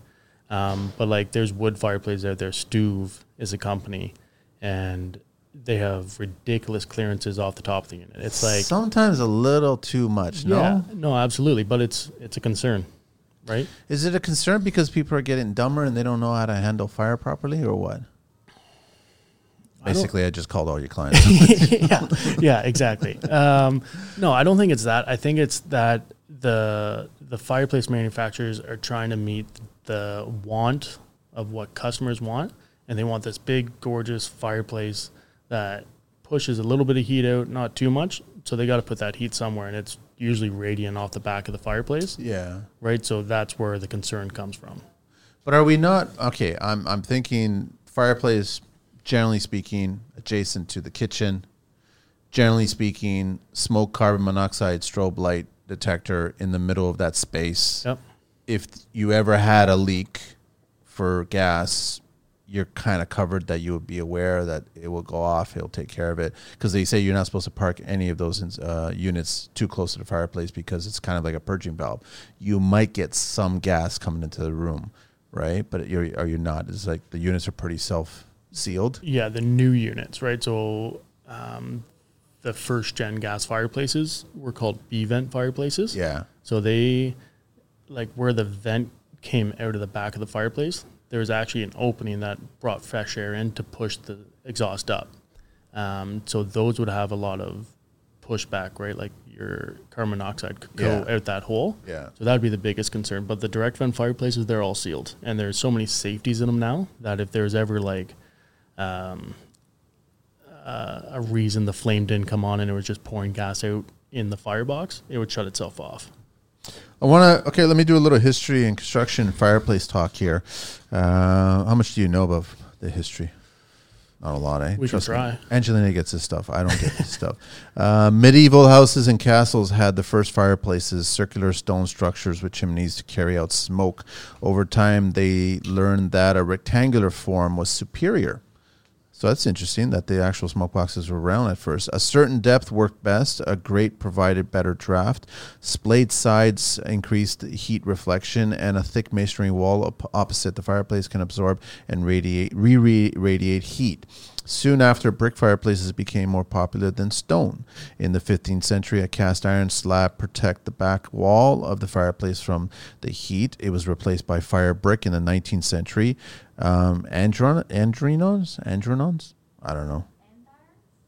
Speaker 1: um, but like there's wood fireplaces out there stuve is a company and they have ridiculous clearances off the top of the unit it's like
Speaker 2: sometimes a little too much.
Speaker 1: yeah no
Speaker 2: No,
Speaker 1: absolutely but it's it's a concern right
Speaker 2: is it a concern because people are getting dumber and they don't know how to handle fire properly, or what?
Speaker 1: don't-
Speaker 2: Basically, I, just called all your clients.
Speaker 1: yeah, yeah, exactly. Um, no, I don't think it's that. I think it's that the the fireplace manufacturers are trying to meet the want of what customers want, and they want this big, gorgeous fireplace that pushes a little bit of heat out, not too much. So they got to put that heat somewhere, and it's usually radiant off the back of the fireplace,
Speaker 2: yeah,
Speaker 1: right? So that's where the concern comes from.
Speaker 2: but are we not okay? I'm I'm thinking fireplace, generally speaking, adjacent to the kitchen. Generally speaking, smoke, carbon monoxide, strobe light detector in the middle of that space.
Speaker 1: Yep.
Speaker 2: if you ever had a leak for gas, you're kind of covered that you would be aware that it will go off. He'll take care of it because they say you're not supposed to park any of those in- uh, units too close to the fireplace because it's kind of like a purging valve. You might get some gas coming into the room, right? But you're, are you not? It's like the units are pretty self sealed.
Speaker 1: Yeah, the new units, right? So um, the first gen gas fireplaces were called B vent fireplaces.
Speaker 2: Yeah.
Speaker 1: So they, like where the vent came out of the back of the fireplace, there was actually an opening that brought fresh air in to push the exhaust up. Um, so those would have a lot of pushback, right? Like your carbon monoxide could go
Speaker 2: Yeah.
Speaker 1: out that hole.
Speaker 2: Yeah.
Speaker 1: So that would be the biggest concern. But the direct vent fireplaces, they're all sealed, and there's so many safeties in them now that if there's ever like um, uh, a reason the flame didn't come on and it was just pouring gas out in the firebox, it would shut itself off.
Speaker 2: I want to. Okay, let me do a little history and construction and fireplace talk here. Uh, how much do you know about the history? Not a lot, eh?
Speaker 1: We can
Speaker 2: me.
Speaker 1: try.
Speaker 2: Angelina gets this stuff. I don't get this stuff. Uh, medieval houses and castles had the first fireplaces, circular stone structures with chimneys to carry out smoke. Over time, they learned that a rectangular form was superior. So that's interesting that the actual smoke boxes were round at first. A certain depth worked best. A grate provided better draft. Splayed sides increased heat reflection, and a thick masonry wall op- opposite the fireplace can absorb and radiate re-radiate heat. Soon after, brick fireplaces became more popular than stone. In the 15th century, a cast iron slab protect the back wall of the fireplace from the heat. It was replaced by fire brick in the 19th century. Um, andron- andrinons? Andronons? I don't know.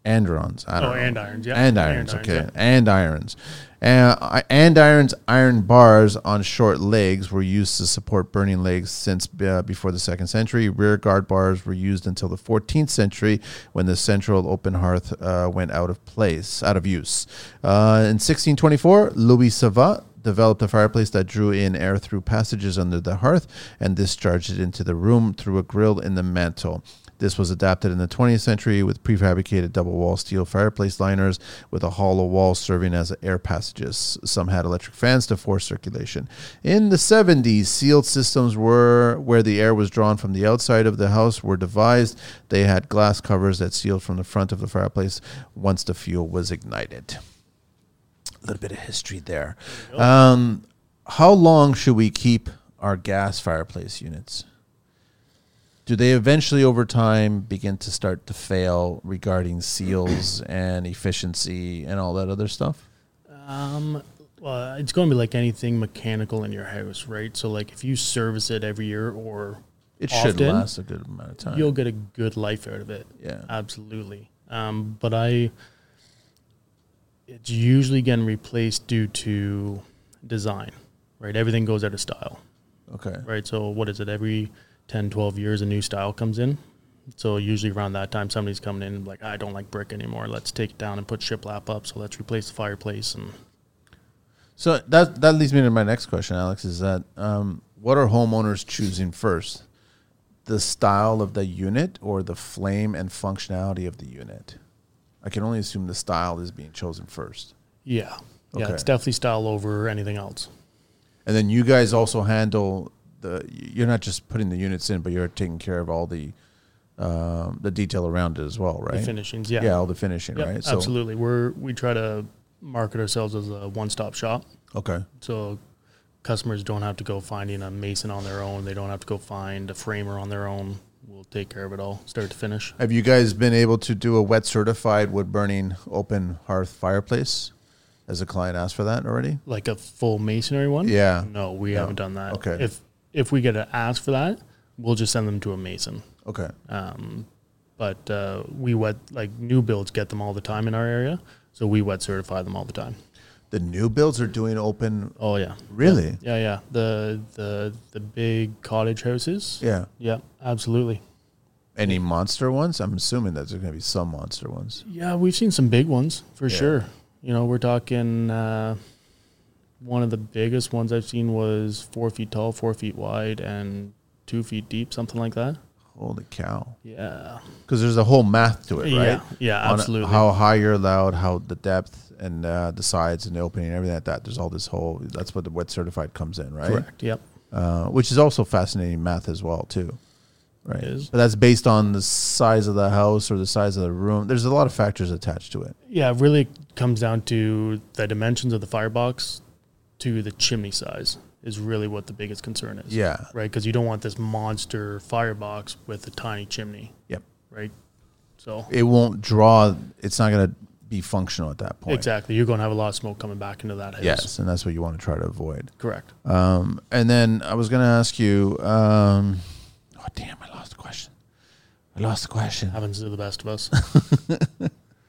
Speaker 2: Androns. I don't
Speaker 1: Oh,
Speaker 2: know.
Speaker 1: and irons, yeah.
Speaker 2: And irons,
Speaker 1: And irons,
Speaker 2: okay.
Speaker 1: yeah.
Speaker 2: And irons. Uh, i- and irons, iron bars on short legs were used to support burning legs since uh, before the second century. Rear guard bars were used until the 14th century when the central open hearth uh, went out of place, out of use. Uh, in 1624, Louis Savat developed a fireplace that drew in air through passages under the hearth and discharged it into the room through a grill in the mantel. This was adapted in the 20th century with prefabricated double wall steel fireplace liners with a hollow wall serving as air passages. Some had electric fans to force circulation. In the 70s, sealed systems were where the air was drawn from the outside of the house were devised. They had glass covers that sealed from the front of the fireplace once the fuel was ignited. A little bit of history there. Um, how long should we keep our gas fireplace units? do they eventually over time begin to start to fail regarding seals and efficiency and all that other stuff
Speaker 1: Um, well, it's going to be like anything mechanical in your house, right? So, like if you service it every year or
Speaker 2: it should
Speaker 1: Often,
Speaker 2: last a good amount of time
Speaker 1: you'll get a good life out of it.
Speaker 2: Yeah.
Speaker 1: absolutely. Um, but I, it's usually getting replaced due to design, right? Everything goes out of style,
Speaker 2: okay
Speaker 1: right? So what is it? Every 10, 12 years, a new style comes in. So usually around that time, somebody's coming in like, I don't like brick anymore. Let's take it down and put shiplap up. So let's replace the fireplace and
Speaker 2: so that that leads me to my next question alex is that um, what are homeowners choosing first the style of the unit or the flame and functionality of the unit i can only assume the style is being chosen first
Speaker 1: Yeah. Yeah,
Speaker 2: Okay.
Speaker 1: it's definitely style over anything else.
Speaker 2: and then you guys also handle the you're not just putting the units in but you're taking care of all the um, the detail around it as well right
Speaker 1: The finishings, yeah.
Speaker 2: yeah all the finishing
Speaker 1: Yep,
Speaker 2: right
Speaker 1: Absolutely. We're we try to market ourselves as a one stop shop.
Speaker 2: okay
Speaker 1: So customers don't have to go finding a mason on their own. They don't have to go find a framer on their own. We'll take care of it all, start to finish.
Speaker 2: have you guys been able to do a wet certified wood burning open hearth fireplace has a client asked for that already
Speaker 1: Like a full masonry one?
Speaker 2: Yeah.
Speaker 1: No, we haven't done that.
Speaker 2: Okay.
Speaker 1: If if we get an ask for that, we'll just send them to a mason.
Speaker 2: okay
Speaker 1: Um, but uh, we wet like new builds get them all the time in our area, so we wet certify them all the time.
Speaker 2: the new builds are doing open
Speaker 1: Oh yeah,
Speaker 2: really
Speaker 1: Yeah, yeah. The the the big cottage houses.
Speaker 2: yeah,
Speaker 1: Yeah, absolutely.
Speaker 2: any monster ones i'm assuming that there's going to be some monster ones
Speaker 1: Yeah, we've seen some big ones for
Speaker 2: Yeah.
Speaker 1: sure. You know, we're talking uh, one of the biggest ones I've seen was four feet tall, four feet wide, and two feet deep, something like that.
Speaker 2: holy cow
Speaker 1: Yeah.
Speaker 2: because there's a whole math to it right
Speaker 1: Yeah. Yeah,
Speaker 2: on
Speaker 1: absolutely.
Speaker 2: How high you're allowed, how the depth and uh, the sides and the opening and everything like that. There's all this whole. That's what the wet certified comes in, right?
Speaker 1: Correct. Yep.
Speaker 2: Uh, which is also fascinating math as well too, right?
Speaker 1: It is.
Speaker 2: But that's based on the size of the house or the size of the room. There's a lot of factors attached to it.
Speaker 1: Yeah, it really comes down to the dimensions of the firebox to the chimney size is really what the biggest concern is.
Speaker 2: Yeah.
Speaker 1: Right, because you don't want this monster firebox with a tiny chimney,
Speaker 2: Yep.
Speaker 1: right? So
Speaker 2: It won't draw. It's not going to be functional at that point.
Speaker 1: exactly, you're going to have a lot of smoke coming back into that house.
Speaker 2: Yes, and that's what you want to try to avoid.
Speaker 1: correct.
Speaker 2: Um, and then I was going to ask you. Um, oh damn! I lost the question. I lost the question.
Speaker 1: Happens to the best of us.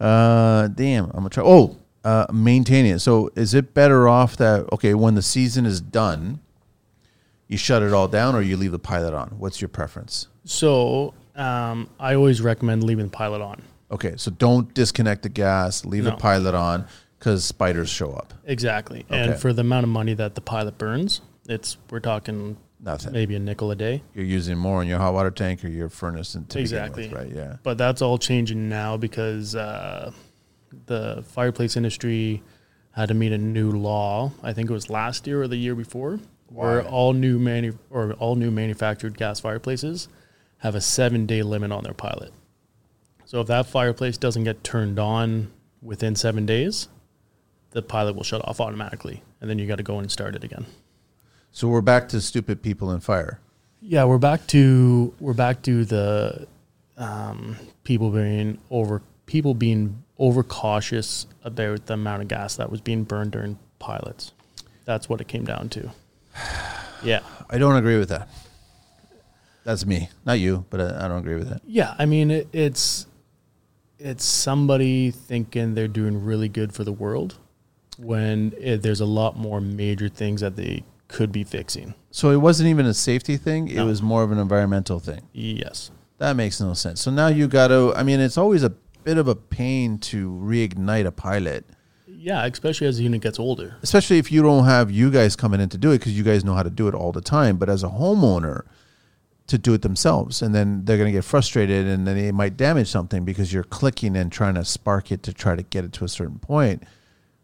Speaker 2: Uh, damn, I'm gonna try. Oh, uh, maintaining it. So, is it better off that okay when the season is done, you shut it all down, or you leave the pilot on? What's your preference?
Speaker 1: so um, I always recommend leaving the pilot on.
Speaker 2: Okay, so don't disconnect the gas, leave the
Speaker 1: No.
Speaker 2: pilot on because spiders show up.
Speaker 1: Exactly, and
Speaker 2: Okay.
Speaker 1: for the amount of money that the pilot burns, it's we're talking
Speaker 2: Nothing.
Speaker 1: maybe a nickel a day.
Speaker 2: You're using more in your hot water tank or your furnace, and to begin with,
Speaker 1: Exactly.
Speaker 2: right? Yeah.
Speaker 1: but that's all changing now because uh, the fireplace industry had to meet a new law. I think it was last year or the year before, where
Speaker 2: Why?
Speaker 1: all new manu- or all new manufactured gas fireplaces have a seven day limit on their pilot. So if that fireplace doesn't get turned on within seven days, the pilot will shut off automatically, and then you got to go and start it again.
Speaker 2: So we're back to stupid people and fire.
Speaker 1: Yeah, we're back to we're back to the um, people being over people being overcautious about the amount of gas that was being burned during pilots. That's what it came down to. Yeah,
Speaker 2: I don't agree with that. That's me, not you, but I, I don't agree with that.
Speaker 1: yeah. I mean, it, it's it's somebody thinking they're doing really good for the world when it, there's a lot more major things that they could be fixing.
Speaker 2: So it wasn't even a safety thing; it
Speaker 1: No.
Speaker 2: was more of an environmental thing.
Speaker 1: Yes.
Speaker 2: That makes no sense. So now you got to. I mean, it's always a bit of a pain to reignite a pilot,
Speaker 1: Yeah, especially as the unit gets older.
Speaker 2: especially if you don't have you guys coming in to do it because you guys know how to do it all the time. But as a homeowner, to do it themselves, and then they're going to get frustrated, and then they might damage something because you're clicking and trying to spark it to try to get it to a certain point.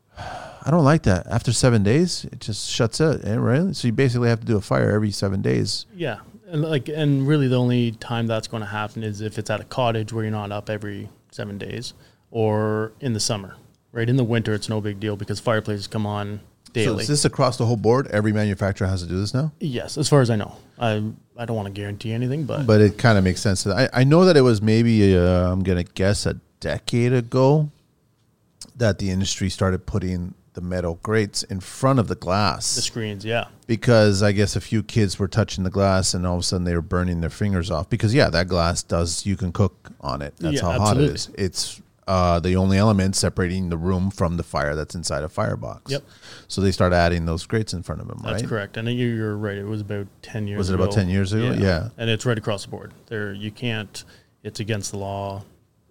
Speaker 2: I don't like that. After seven days, it just shuts it, eh, right? So you basically have to do a fire every seven days.
Speaker 1: Yeah, and like, and really, the only time that's going to happen is if it's at a cottage where you're not up every seven days, or in the summer. Right in the winter, it's no big deal because fireplaces come on
Speaker 2: So
Speaker 1: daily.
Speaker 2: is this across the whole board? Every manufacturer has to do this now?
Speaker 1: yes, as far as I know, I I don't want to guarantee anything, but,
Speaker 2: but it kind of makes sense. I, I know that it was maybe uh, I'm gonna guess a decade ago that the industry started putting the metal grates in front of the glass
Speaker 1: the screens, yeah,
Speaker 2: because I guess a few kids were touching the glass and all of a sudden they were burning their fingers off because yeah, that glass does you can cook on it. That's
Speaker 1: Yeah,
Speaker 2: how hot
Speaker 1: absolutely.
Speaker 2: it is. It's uh, the only element separating the room from the fire that's inside a firebox.
Speaker 1: Yep.
Speaker 2: So they start adding those grates in front of them, right?
Speaker 1: that's correct. And you- you're right. It was about ten years.
Speaker 2: Was it about 10 years ago? Yeah.
Speaker 1: and it's right across the board. There, you can't. It's against the law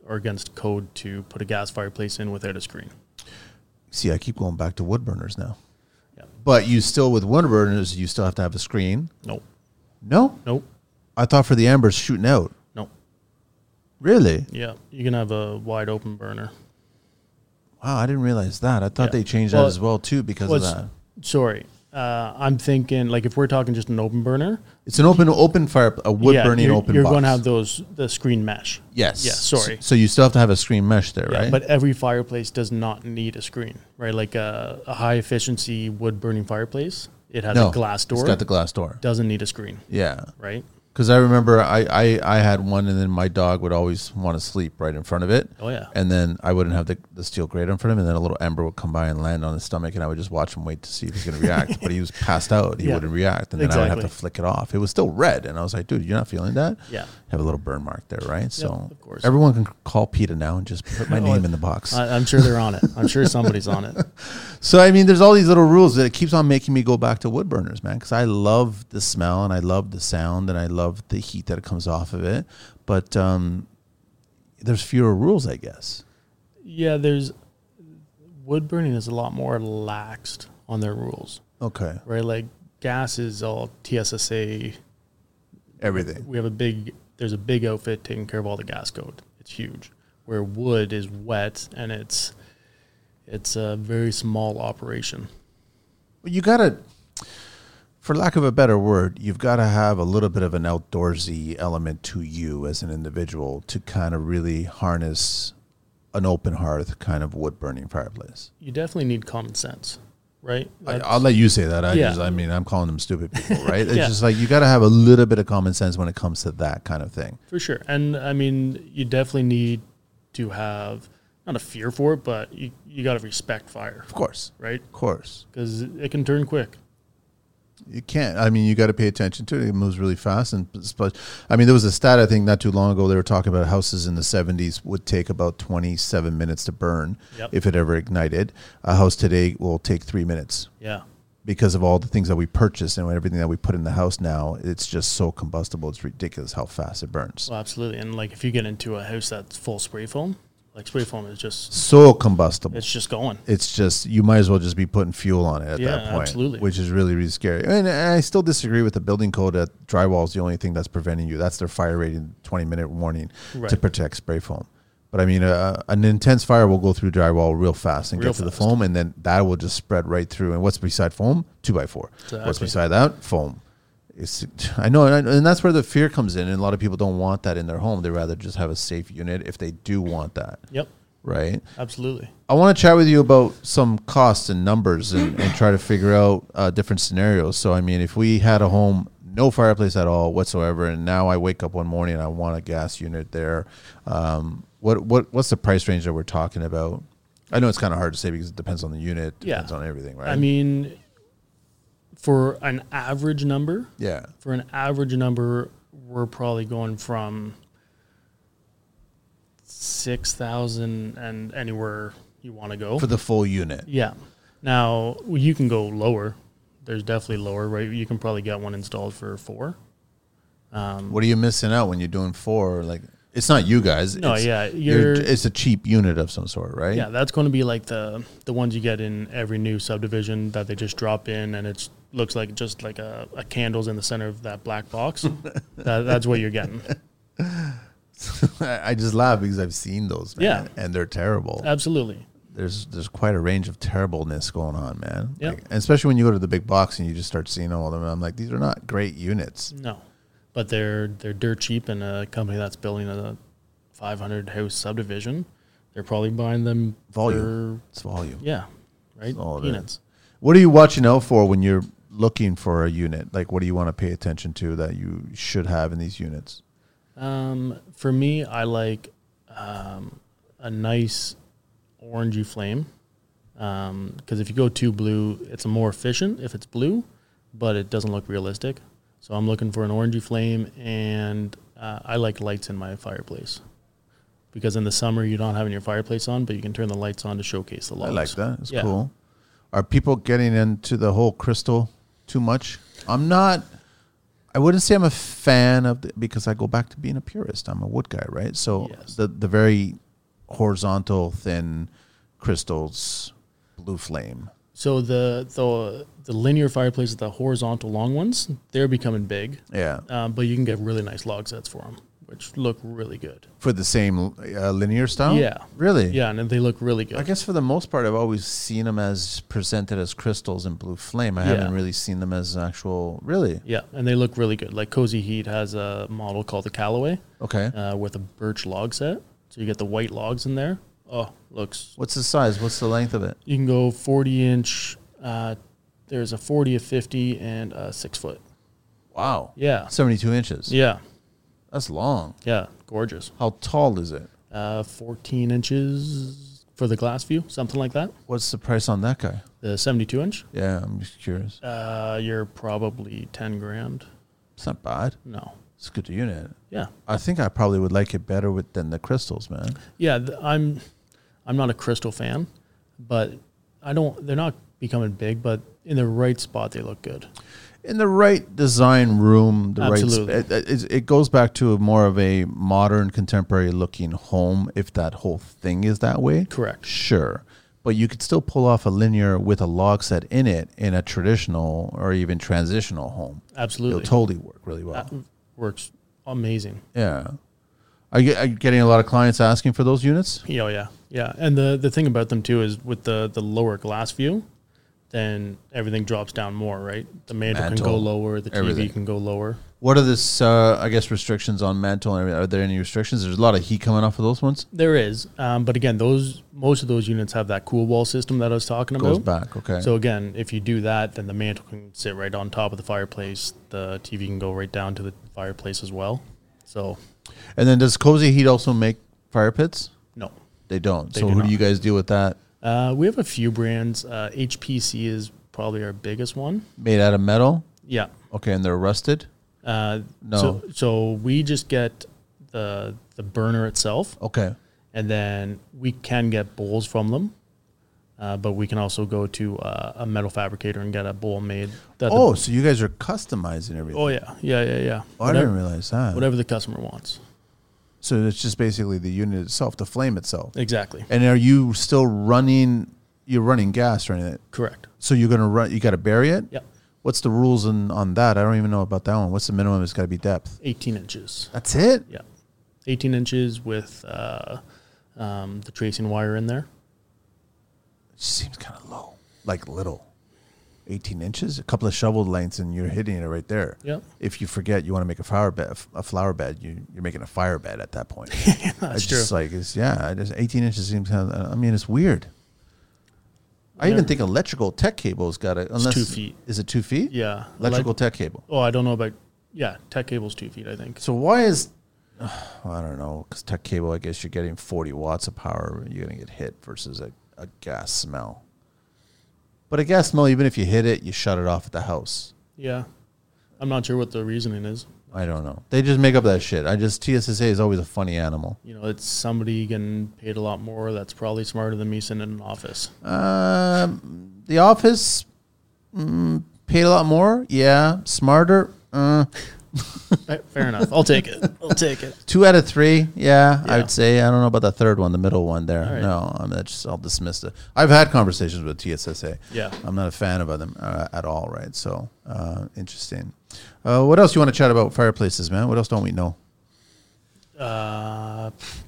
Speaker 1: or against code to put a gas fireplace in without a screen.
Speaker 2: See, I keep going back to wood burners now.
Speaker 1: Yeah.
Speaker 2: But you still with wood burners, you still have to have a screen.
Speaker 1: Nope.
Speaker 2: No,
Speaker 1: Nope.
Speaker 2: I thought for the embers shooting out.
Speaker 1: Nope.
Speaker 2: Really?
Speaker 1: Yeah, you can have a wide open burner.
Speaker 2: Wow, I didn't realize that. I thought
Speaker 1: Yeah.
Speaker 2: they changed
Speaker 1: Well,
Speaker 2: that as well too because
Speaker 1: Well,
Speaker 2: of that.
Speaker 1: it's- sorry, uh, I'm thinking like if we're talking just an open burner,
Speaker 2: It's an open open fire, a wood
Speaker 1: yeah,
Speaker 2: burning
Speaker 1: you're,
Speaker 2: open.
Speaker 1: You're
Speaker 2: box.
Speaker 1: going to have those the screen mesh.
Speaker 2: Yes.
Speaker 1: Yeah, sorry.
Speaker 2: So, so you still have to have a screen mesh there,
Speaker 1: Yeah,
Speaker 2: right?
Speaker 1: But every fireplace does not need a screen, right? Like uh, a, a high efficiency wood burning fireplace, it has a glass door.
Speaker 2: It's got the glass door.
Speaker 1: doesn't need a screen,
Speaker 2: Yeah.
Speaker 1: right?
Speaker 2: Because I remember I, I, I had one, and then my dog would always want to sleep right in front of it.
Speaker 1: Oh, yeah.
Speaker 2: And then I wouldn't have the, the steel grate in front of him, and then a little ember would come by and land on his stomach, and I would just watch him wait to see if he's going to react. but he was passed out; he
Speaker 1: Yeah.
Speaker 2: wouldn't react, and then I would have to
Speaker 1: Exactly.
Speaker 2: flick it off. It was still red, and I was like, "Dude, you're not feeling that?
Speaker 1: Yeah.
Speaker 2: Have a little burn mark there, right? so
Speaker 1: of course. Oh,
Speaker 2: everyone can call PETA now and just put my name in the box.
Speaker 1: I, I'm sure they're on it. I'm sure somebody's on it.
Speaker 2: So I mean, there's all these little rules that it keeps on making me go back to wood burners, man, because I love the smell and I love the sound and I love the heat that comes off of it. But um, there's fewer rules, I guess.
Speaker 1: Yeah, there's wood burning is a lot more laxed on their rules,
Speaker 2: Okay,
Speaker 1: right? Like gas is all TSSA
Speaker 2: everything.
Speaker 1: we have a big there's a big outfit taking care of all the gas code. It's huge. Where wood is wet and it's it's a very small operation.
Speaker 2: Well, you gotta, for lack of a better word, you've got to have a little bit of an outdoorsy element to you as an individual to kind of really harness an open hearth kind of wood burning fireplace.
Speaker 1: You definitely need common sense, right?
Speaker 2: I,
Speaker 1: That's-
Speaker 2: I'll let you say that. I
Speaker 1: Yeah.
Speaker 2: just, I mean, I'm calling them stupid people, right? It's
Speaker 1: Yeah.
Speaker 2: just like you got to have a little bit of common sense when it comes to that kind of thing.
Speaker 1: for sure. And I mean, you definitely need to have not a fear for it, but you, you got to respect fire,
Speaker 2: Of course,
Speaker 1: right?
Speaker 2: of course,
Speaker 1: Because it can turn quick.
Speaker 2: you can't. I mean, you got to pay attention to it. It moves really fast, and it's supposed- I mean, there was a stat I think not too long ago. They were talking about houses in the 70s would take about 27 minutes to burn
Speaker 1: Yep.
Speaker 2: if it ever ignited. A house today will take three minutes.
Speaker 1: Yeah.
Speaker 2: because of all the things that we purchase and everything that we put in the house now, it's just so combustible. It's ridiculous how fast it burns.
Speaker 1: Well, absolutely. And like if you get into a house that's full spray foam, like spray foam is just
Speaker 2: So combustible.
Speaker 1: it's just going.
Speaker 2: it's just you might as well just be putting fuel on it at that
Speaker 1: Yeah,
Speaker 2: point,
Speaker 1: absolutely.
Speaker 2: which is really really scary. And I still disagree with the building code that drywall is the only thing that's preventing you. That's their fire rating twenty minute warning to
Speaker 1: Right.
Speaker 2: protect spray foam. But I mean, uh, an intense fire will go through drywall real fast and
Speaker 1: Real
Speaker 2: get to the
Speaker 1: fast.
Speaker 2: foam, and then that will just spread right through. And what's beside foam? Two by four. What's
Speaker 1: Exactly.
Speaker 2: beside that? Foam. It's, I know, and, I, and that's where the fear comes in. And a lot of people don't want that in their home. They rather just have a safe unit if they do want that,
Speaker 1: Yep,
Speaker 2: right?
Speaker 1: absolutely.
Speaker 2: I want to chat with you about some costs and numbers and, and try to figure out uh, different scenarios. So, I mean, if we had a home, no fireplace at all whatsoever, and now I wake up one morning and I want a gas unit there, um, what what what's the price range that we're talking about? I know it's kind of hard to say because it depends on the unit,
Speaker 1: Yeah.
Speaker 2: depends on everything, right?
Speaker 1: I mean, for an average number,
Speaker 2: yeah,
Speaker 1: for an average number, we're probably going from six thousand and anywhere you want to go.
Speaker 2: for the full unit.
Speaker 1: yeah. Now you can go lower. There's definitely lower, right? You can probably get one installed for four. Mm-hmm.
Speaker 2: What are you missing out when you're doing four? Like, it's not you guys.
Speaker 1: No,
Speaker 2: it's,
Speaker 1: yeah,
Speaker 2: you're,
Speaker 1: you're-
Speaker 2: it's a cheap unit of some sort, right?
Speaker 1: Yeah, that's going to be like the the ones you get in every new subdivision that they just drop in, and it looks like just like a, a candles in the center of that black box. that, that's what you're getting.
Speaker 2: I I just laugh because I've seen those, man,
Speaker 1: Yeah.
Speaker 2: and they're terrible.
Speaker 1: Absolutely.
Speaker 2: there's there's quite a range of terribleness going on, man.
Speaker 1: Yeah.
Speaker 2: Like, and especially when you go to the big box and you just start seeing all of them. And I'm like, these are not great units.
Speaker 1: No, but they're they're dirt cheap, and a company that's building a 500 house subdivision, they're probably buying them
Speaker 2: Volume. It's volume.
Speaker 1: for- yeah, right.
Speaker 2: all it
Speaker 1: Peanuts.
Speaker 2: What are you watching out for when you're looking for a unit? Like, what do you want to pay attention to that you should have in these units?
Speaker 1: Um, for me, I like um, a nice orangey flame because if you go too blue, it's more efficient if it's blue, but it doesn't look realistic. So I'm looking for an orangey flame, and uh, I like lights in my fireplace because in the summer you don't have your fireplace on, but you can turn the lights on to showcase the logs.
Speaker 2: I like that. It's
Speaker 1: Yeah.
Speaker 2: cool. Are people getting into the whole crystal too much? I'm not. I wouldn't say I'm a fan of the, because I go back to being a purist. I'm a wood guy, right? So
Speaker 1: Yes.
Speaker 2: the the very horizontal thin crystals, blue flame.
Speaker 1: So the the the linear fireplaces, the horizontal long ones, they're becoming big,
Speaker 2: Yeah,
Speaker 1: um, but you can get really nice log sets for them, which look really good.
Speaker 2: for the same uh, linear style.
Speaker 1: Yeah.
Speaker 2: really.
Speaker 1: Yeah, and they look really good.
Speaker 2: I guess for the most part, I've always seen them as presented as crystals and blue flame. I
Speaker 1: Yeah.
Speaker 2: haven't really seen them as actual. Really?
Speaker 1: Yeah, and they look really good. Like Cozy Heat has a model called the Callaway
Speaker 2: Okay.
Speaker 1: uh, with a birch log set. So you get the white logs in there. Oh, looks.
Speaker 2: What's the size? What's the length of it?
Speaker 1: You can go 40 inch. Uh, there's a 40, a 50, and a six foot.
Speaker 2: Wow.
Speaker 1: Yeah.
Speaker 2: 72 inches.
Speaker 1: Yeah.
Speaker 2: That's long.
Speaker 1: Yeah. Gorgeous.
Speaker 2: How tall is it?
Speaker 1: Uh, 14 inches for the glass view, something like that.
Speaker 2: What's the price on that guy?
Speaker 1: The 72 inch.
Speaker 2: Yeah, I'm just curious.
Speaker 1: Uh, you're probably 10 grand.
Speaker 2: It's not bad.
Speaker 1: No.
Speaker 2: It's a good unit.
Speaker 1: Yeah.
Speaker 2: I think I probably would like it better with than the crystals, man.
Speaker 1: Yeah, th- I'm I'm not a crystal fan, but I don't they're not becoming big, but in the right spot they look good.
Speaker 2: In the right design room, the
Speaker 1: Absolutely.
Speaker 2: right sp- it, it, it goes back to a more of a modern, contemporary looking home. If that whole thing is that way,
Speaker 1: Correct.
Speaker 2: sure. But you could still pull off a linear with a log set in it in a traditional or even transitional home. It'll
Speaker 1: Absolutely. Uh,
Speaker 2: totally work really well.
Speaker 1: Works amazing.
Speaker 2: Yeah. Are you, are you getting a lot of clients asking for those units?
Speaker 1: Yeah, oh, yeah. Yeah. And the the thing about them too is with the the lower glass view, then everything drops down more, right? The mantle, can go
Speaker 2: Mantle,
Speaker 1: lower, the TV
Speaker 2: everything.
Speaker 1: can go lower.
Speaker 2: What are this? Uh, I guess restrictions on mantle. and everything? Are there any restrictions? There's a lot of heat coming off of those ones.
Speaker 1: There is. Um, but again, those most of those units have that cool wall system that I was talking
Speaker 2: Goes
Speaker 1: about.
Speaker 2: back. Okay.
Speaker 1: So again, if you do that, then the mantle can sit right on top of the fireplace. The TV can go right down to the fireplace as well. So
Speaker 2: and then does Cozy Heat also make fire pits?
Speaker 1: no,
Speaker 2: They don't. so
Speaker 1: do
Speaker 2: who
Speaker 1: not.
Speaker 2: do you guys deal with that?
Speaker 1: uh, we have a few brands. Uh, HPC is probably our biggest one.
Speaker 2: Made out of metal.
Speaker 1: Yeah.
Speaker 2: Okay, and they're rusted.
Speaker 1: Uh,
Speaker 2: No.
Speaker 1: So, so we just get the the burner itself,
Speaker 2: Okay.
Speaker 1: and then we can get bowls from them. Uh, but we can also go to uh, a metal fabricator and get a bowl made. That the-
Speaker 2: Oh, so you guys are customizing everything.
Speaker 1: oh yeah, yeah, yeah, yeah.
Speaker 2: Oh, I didn't
Speaker 1: whatever,
Speaker 2: realize that.
Speaker 1: whatever the customer wants,
Speaker 2: So it's just basically the unit itself, the flame itself.
Speaker 1: exactly.
Speaker 2: And are you still running? You're running gas or anything?
Speaker 1: Correct.
Speaker 2: So you're gonna run. You gotta bury it.
Speaker 1: Yep.
Speaker 2: What's the rules on on that? I don't even know about that one. What's the minimum? It's gotta be depth.
Speaker 1: 18 inches.
Speaker 2: That's it.
Speaker 1: Yeah. 18 inches with uh, um, the tracing wire in there.
Speaker 2: Seems kind of low, like little. 18 inches, a couple of shovel lengths, and you're hitting it right there.
Speaker 1: Yep.
Speaker 2: If you forget you want to make a flower bed, a flower bed, you, you're making a fire bed at that point.
Speaker 1: That's
Speaker 2: it's just like it's yeah, I just 18 inches seems. Kind of, I mean, it's weird. I even
Speaker 1: Never-
Speaker 2: think electrical tech cable's got it. Unless
Speaker 1: two feet.
Speaker 2: Is it two feet?
Speaker 1: Yeah.
Speaker 2: Electrical
Speaker 1: Elec-
Speaker 2: tech cable.
Speaker 1: oh, I don't know about. Yeah, tech cable's two feet, I think.
Speaker 2: So why is I don't know because tech cable? I guess you're getting 40 watts of power. You're gonna get hit versus a, a gas smell. But a gas smell, even if you hit it, you shut it off at the house.
Speaker 1: Yeah. I'm not sure what the reasoning is.
Speaker 2: I don't know. They just make up that shit. I just TSSA is always a funny animal.
Speaker 1: You know, it's somebody getting paid a lot more that's probably smarter than me sitting in an office.
Speaker 2: Um, the office mm, paid a lot more. Yeah, smarter. Uh,
Speaker 1: Right, Fair enough. I'll take it. I'll take it.
Speaker 2: two out of three. Yeah,
Speaker 1: Yeah.
Speaker 2: I'd say. I don't know about the third one, the middle one there.
Speaker 1: right.
Speaker 2: No, I mean, that's just, I'll dismiss it. I've had conversations with TSSA.
Speaker 1: Yeah.
Speaker 2: I'm not a fan of them uh, at all. Right. So uh, interesting. Uh, what else you want to chat about fireplaces, man? What else don't we know?
Speaker 1: Uh, pff,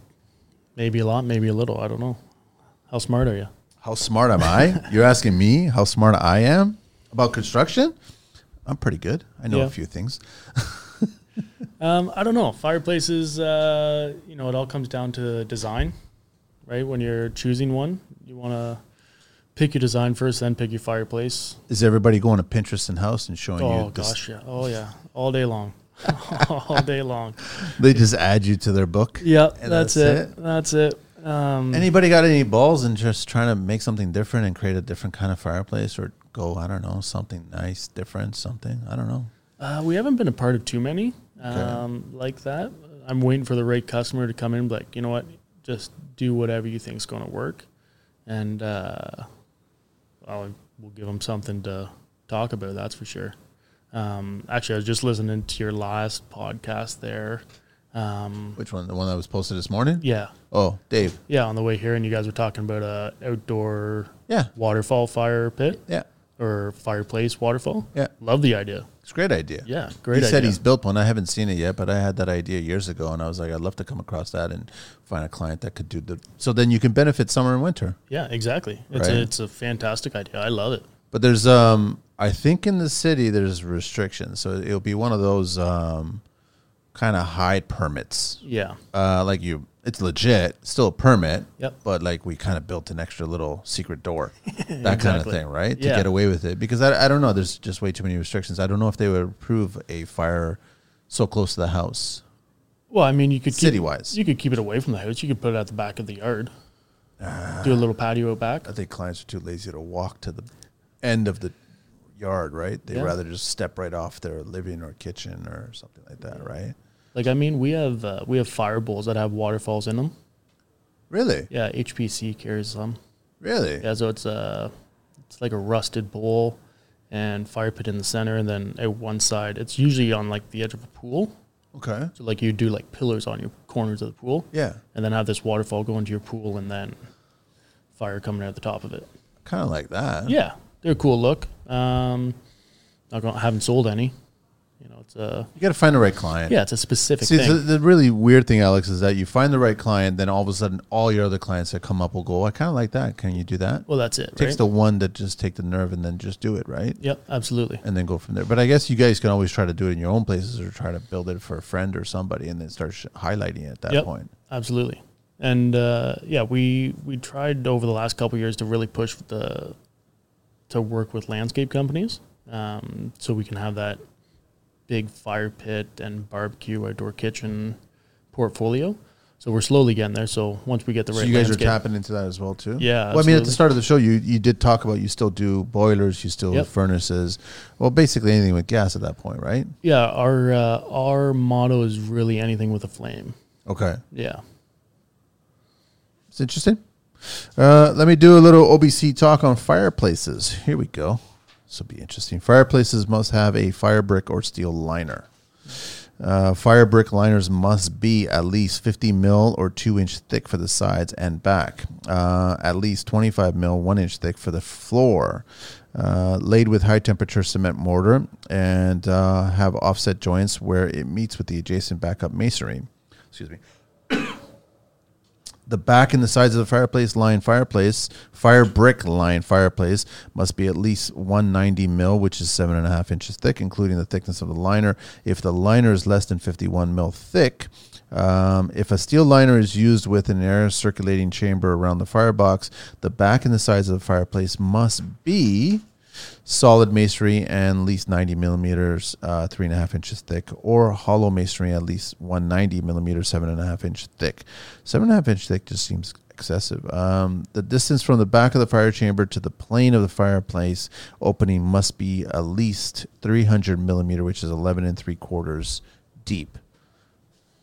Speaker 1: maybe a lot, maybe a little. I don't know. How smart are you?
Speaker 2: How smart am I? You're asking me how smart I am about construction? I'm pretty good. I know
Speaker 1: Yeah.
Speaker 2: a few things.
Speaker 1: Um, I don't know. Fireplaces, uh, you know, it all comes down to design, right? When you're choosing one, you want to pick your design first, then pick your fireplace.
Speaker 2: Is everybody going to Pinterest and house and showing
Speaker 1: Oh,
Speaker 2: you? this-
Speaker 1: gosh, yeah. Oh, yeah. All day long. all day long.
Speaker 2: They just add you to their book.
Speaker 1: Yeah,
Speaker 2: And
Speaker 1: that's,
Speaker 2: that's
Speaker 1: it. That's it. Um,
Speaker 2: Anybody got any balls in just trying to make something different and create a different kind of fireplace or go? I don't know, something nice, different, something. I don't know.
Speaker 1: Uh, we haven't been a part of too many um, like that. I'm waiting for the right customer to come in, and be like you know what, just do whatever you think's going to work, and uh, I'll, we'll give them something to talk about. That's for sure. Um, actually, I was just listening to your last podcast there. Um,
Speaker 2: Which one? The one that was posted this morning?
Speaker 1: yeah,
Speaker 2: Oh, Dave.
Speaker 1: yeah, on the way here, and you guys were talking about a outdoor
Speaker 2: Yeah,
Speaker 1: waterfall fire pit
Speaker 2: yeah,
Speaker 1: or fireplace waterfall.
Speaker 2: yeah.
Speaker 1: Love the idea.
Speaker 2: It's a great idea.
Speaker 1: Yeah,
Speaker 2: He
Speaker 1: great idea.
Speaker 2: said he's built one. I haven't seen it yet, but I had that idea years ago, and I was like, I'd love to come across that and find a client that could do the. So then you can benefit summer and winter.
Speaker 1: Yeah, exactly. It's
Speaker 2: Right.
Speaker 1: a, it's a fantastic idea. I love it.
Speaker 2: But there's um I think in the city there's restrictions. So it'll be one of those um kind of high permits.
Speaker 1: Yeah.
Speaker 2: Uh like you it's legit, still a permit.
Speaker 1: Yep.
Speaker 2: But like we kind of built an extra little secret door. That kind of
Speaker 1: Exactly.
Speaker 2: thing, right? To
Speaker 1: Yeah.
Speaker 2: get away with it. Because I I don't know, there's just way too many restrictions. I don't know if they would approve a fire so close to the house.
Speaker 1: Well, I mean, you could keep,
Speaker 2: City-wise.
Speaker 1: you could keep it away from the house. You could put it at the back of the yard. Do a little patio out back.
Speaker 2: I think clients are too lazy to walk to the end of the yard, right? They
Speaker 1: Yeah.
Speaker 2: would rather just step right off their living or kitchen or something like that, right?
Speaker 1: Like I mean, we have uh, we have fire bowls that have waterfalls in them.
Speaker 2: Really?
Speaker 1: Yeah, HPC carries them.
Speaker 2: Really?
Speaker 1: Yeah, so it's uh it's like a rusted bowl and fire pit in the center, and then at one side, it's usually on like the edge of a pool.
Speaker 2: Okay.
Speaker 1: So like you do like pillars on your corners of the pool,
Speaker 2: Yeah.
Speaker 1: and then have this waterfall go into your pool, and then fire coming out the top of it.
Speaker 2: Kind of like that.
Speaker 1: Yeah, they're a cool look. Um, not gonna, haven't sold any. You know, it's a
Speaker 2: You got to find the right client.
Speaker 1: yeah, it's a specific
Speaker 2: See,
Speaker 1: thing.
Speaker 2: the, the really weird thing, Alex, is that you find the right client, then all of a sudden all your other clients that come up will go, "Oh, I kind of like that. Can you do that?
Speaker 1: well, that's it.
Speaker 2: it takes
Speaker 1: right?
Speaker 2: the one that just take the nerve and then just do it, right?
Speaker 1: yep, absolutely.
Speaker 2: And then go from there. But I guess you guys can always try to do it in your own places or try to build it for a friend or somebody and then start sh- highlighting it at that
Speaker 1: Yep.
Speaker 2: point.
Speaker 1: Absolutely. And uh, yeah, we we tried over the last couple of years to really push the to work with landscape companies, um, so we can have that big fire pit and barbecue outdoor kitchen portfolio. So we're slowly getting there. So once we get the
Speaker 2: So
Speaker 1: right,
Speaker 2: you guys
Speaker 1: landscape,
Speaker 2: are tapping into that as well too.
Speaker 1: Yeah,
Speaker 2: Well, I mean, at the
Speaker 1: absolutely.
Speaker 2: start of the show, you you did talk about you still do boilers, you still
Speaker 1: Yep.
Speaker 2: furnaces. Well, basically anything with gas at that point, right?
Speaker 1: yeah, our uh, our motto is really anything with a flame.
Speaker 2: Okay,
Speaker 1: Yeah.
Speaker 2: it's interesting. Uh, let me do a little OBC talk on fireplaces. Here we go. This will be interesting. Fireplaces must have a fire brick or steel liner. Uh, fire brick liners must be at least 50 mil or 2 inch thick for the sides and back, uh, at least 25 mil, 1 inch thick for the floor, uh, laid with high temperature cement mortar, and uh, have offset joints where it meets with the adjacent backup masonry. Excuse me. The back and the sides of the fireplace line fireplace, fire brick line fireplace must be at least 190 mil, which is seven and a half inches thick, including the thickness of the liner. If the liner is less than 51 mil thick, um, if a steel liner is used with an air circulating chamber around the firebox, the back and the sides of the fireplace must be solid masonry and at least 90 millimeters, uh, three and a half inches thick, or hollow masonry at least 190 millimeters, seven and a half inch thick. Seven and a half inch thick just seems excessive. Um, the distance from the back of the fire chamber to the plane of the fireplace opening must be at least 300 millimeter, which is 11 and three quarters deep.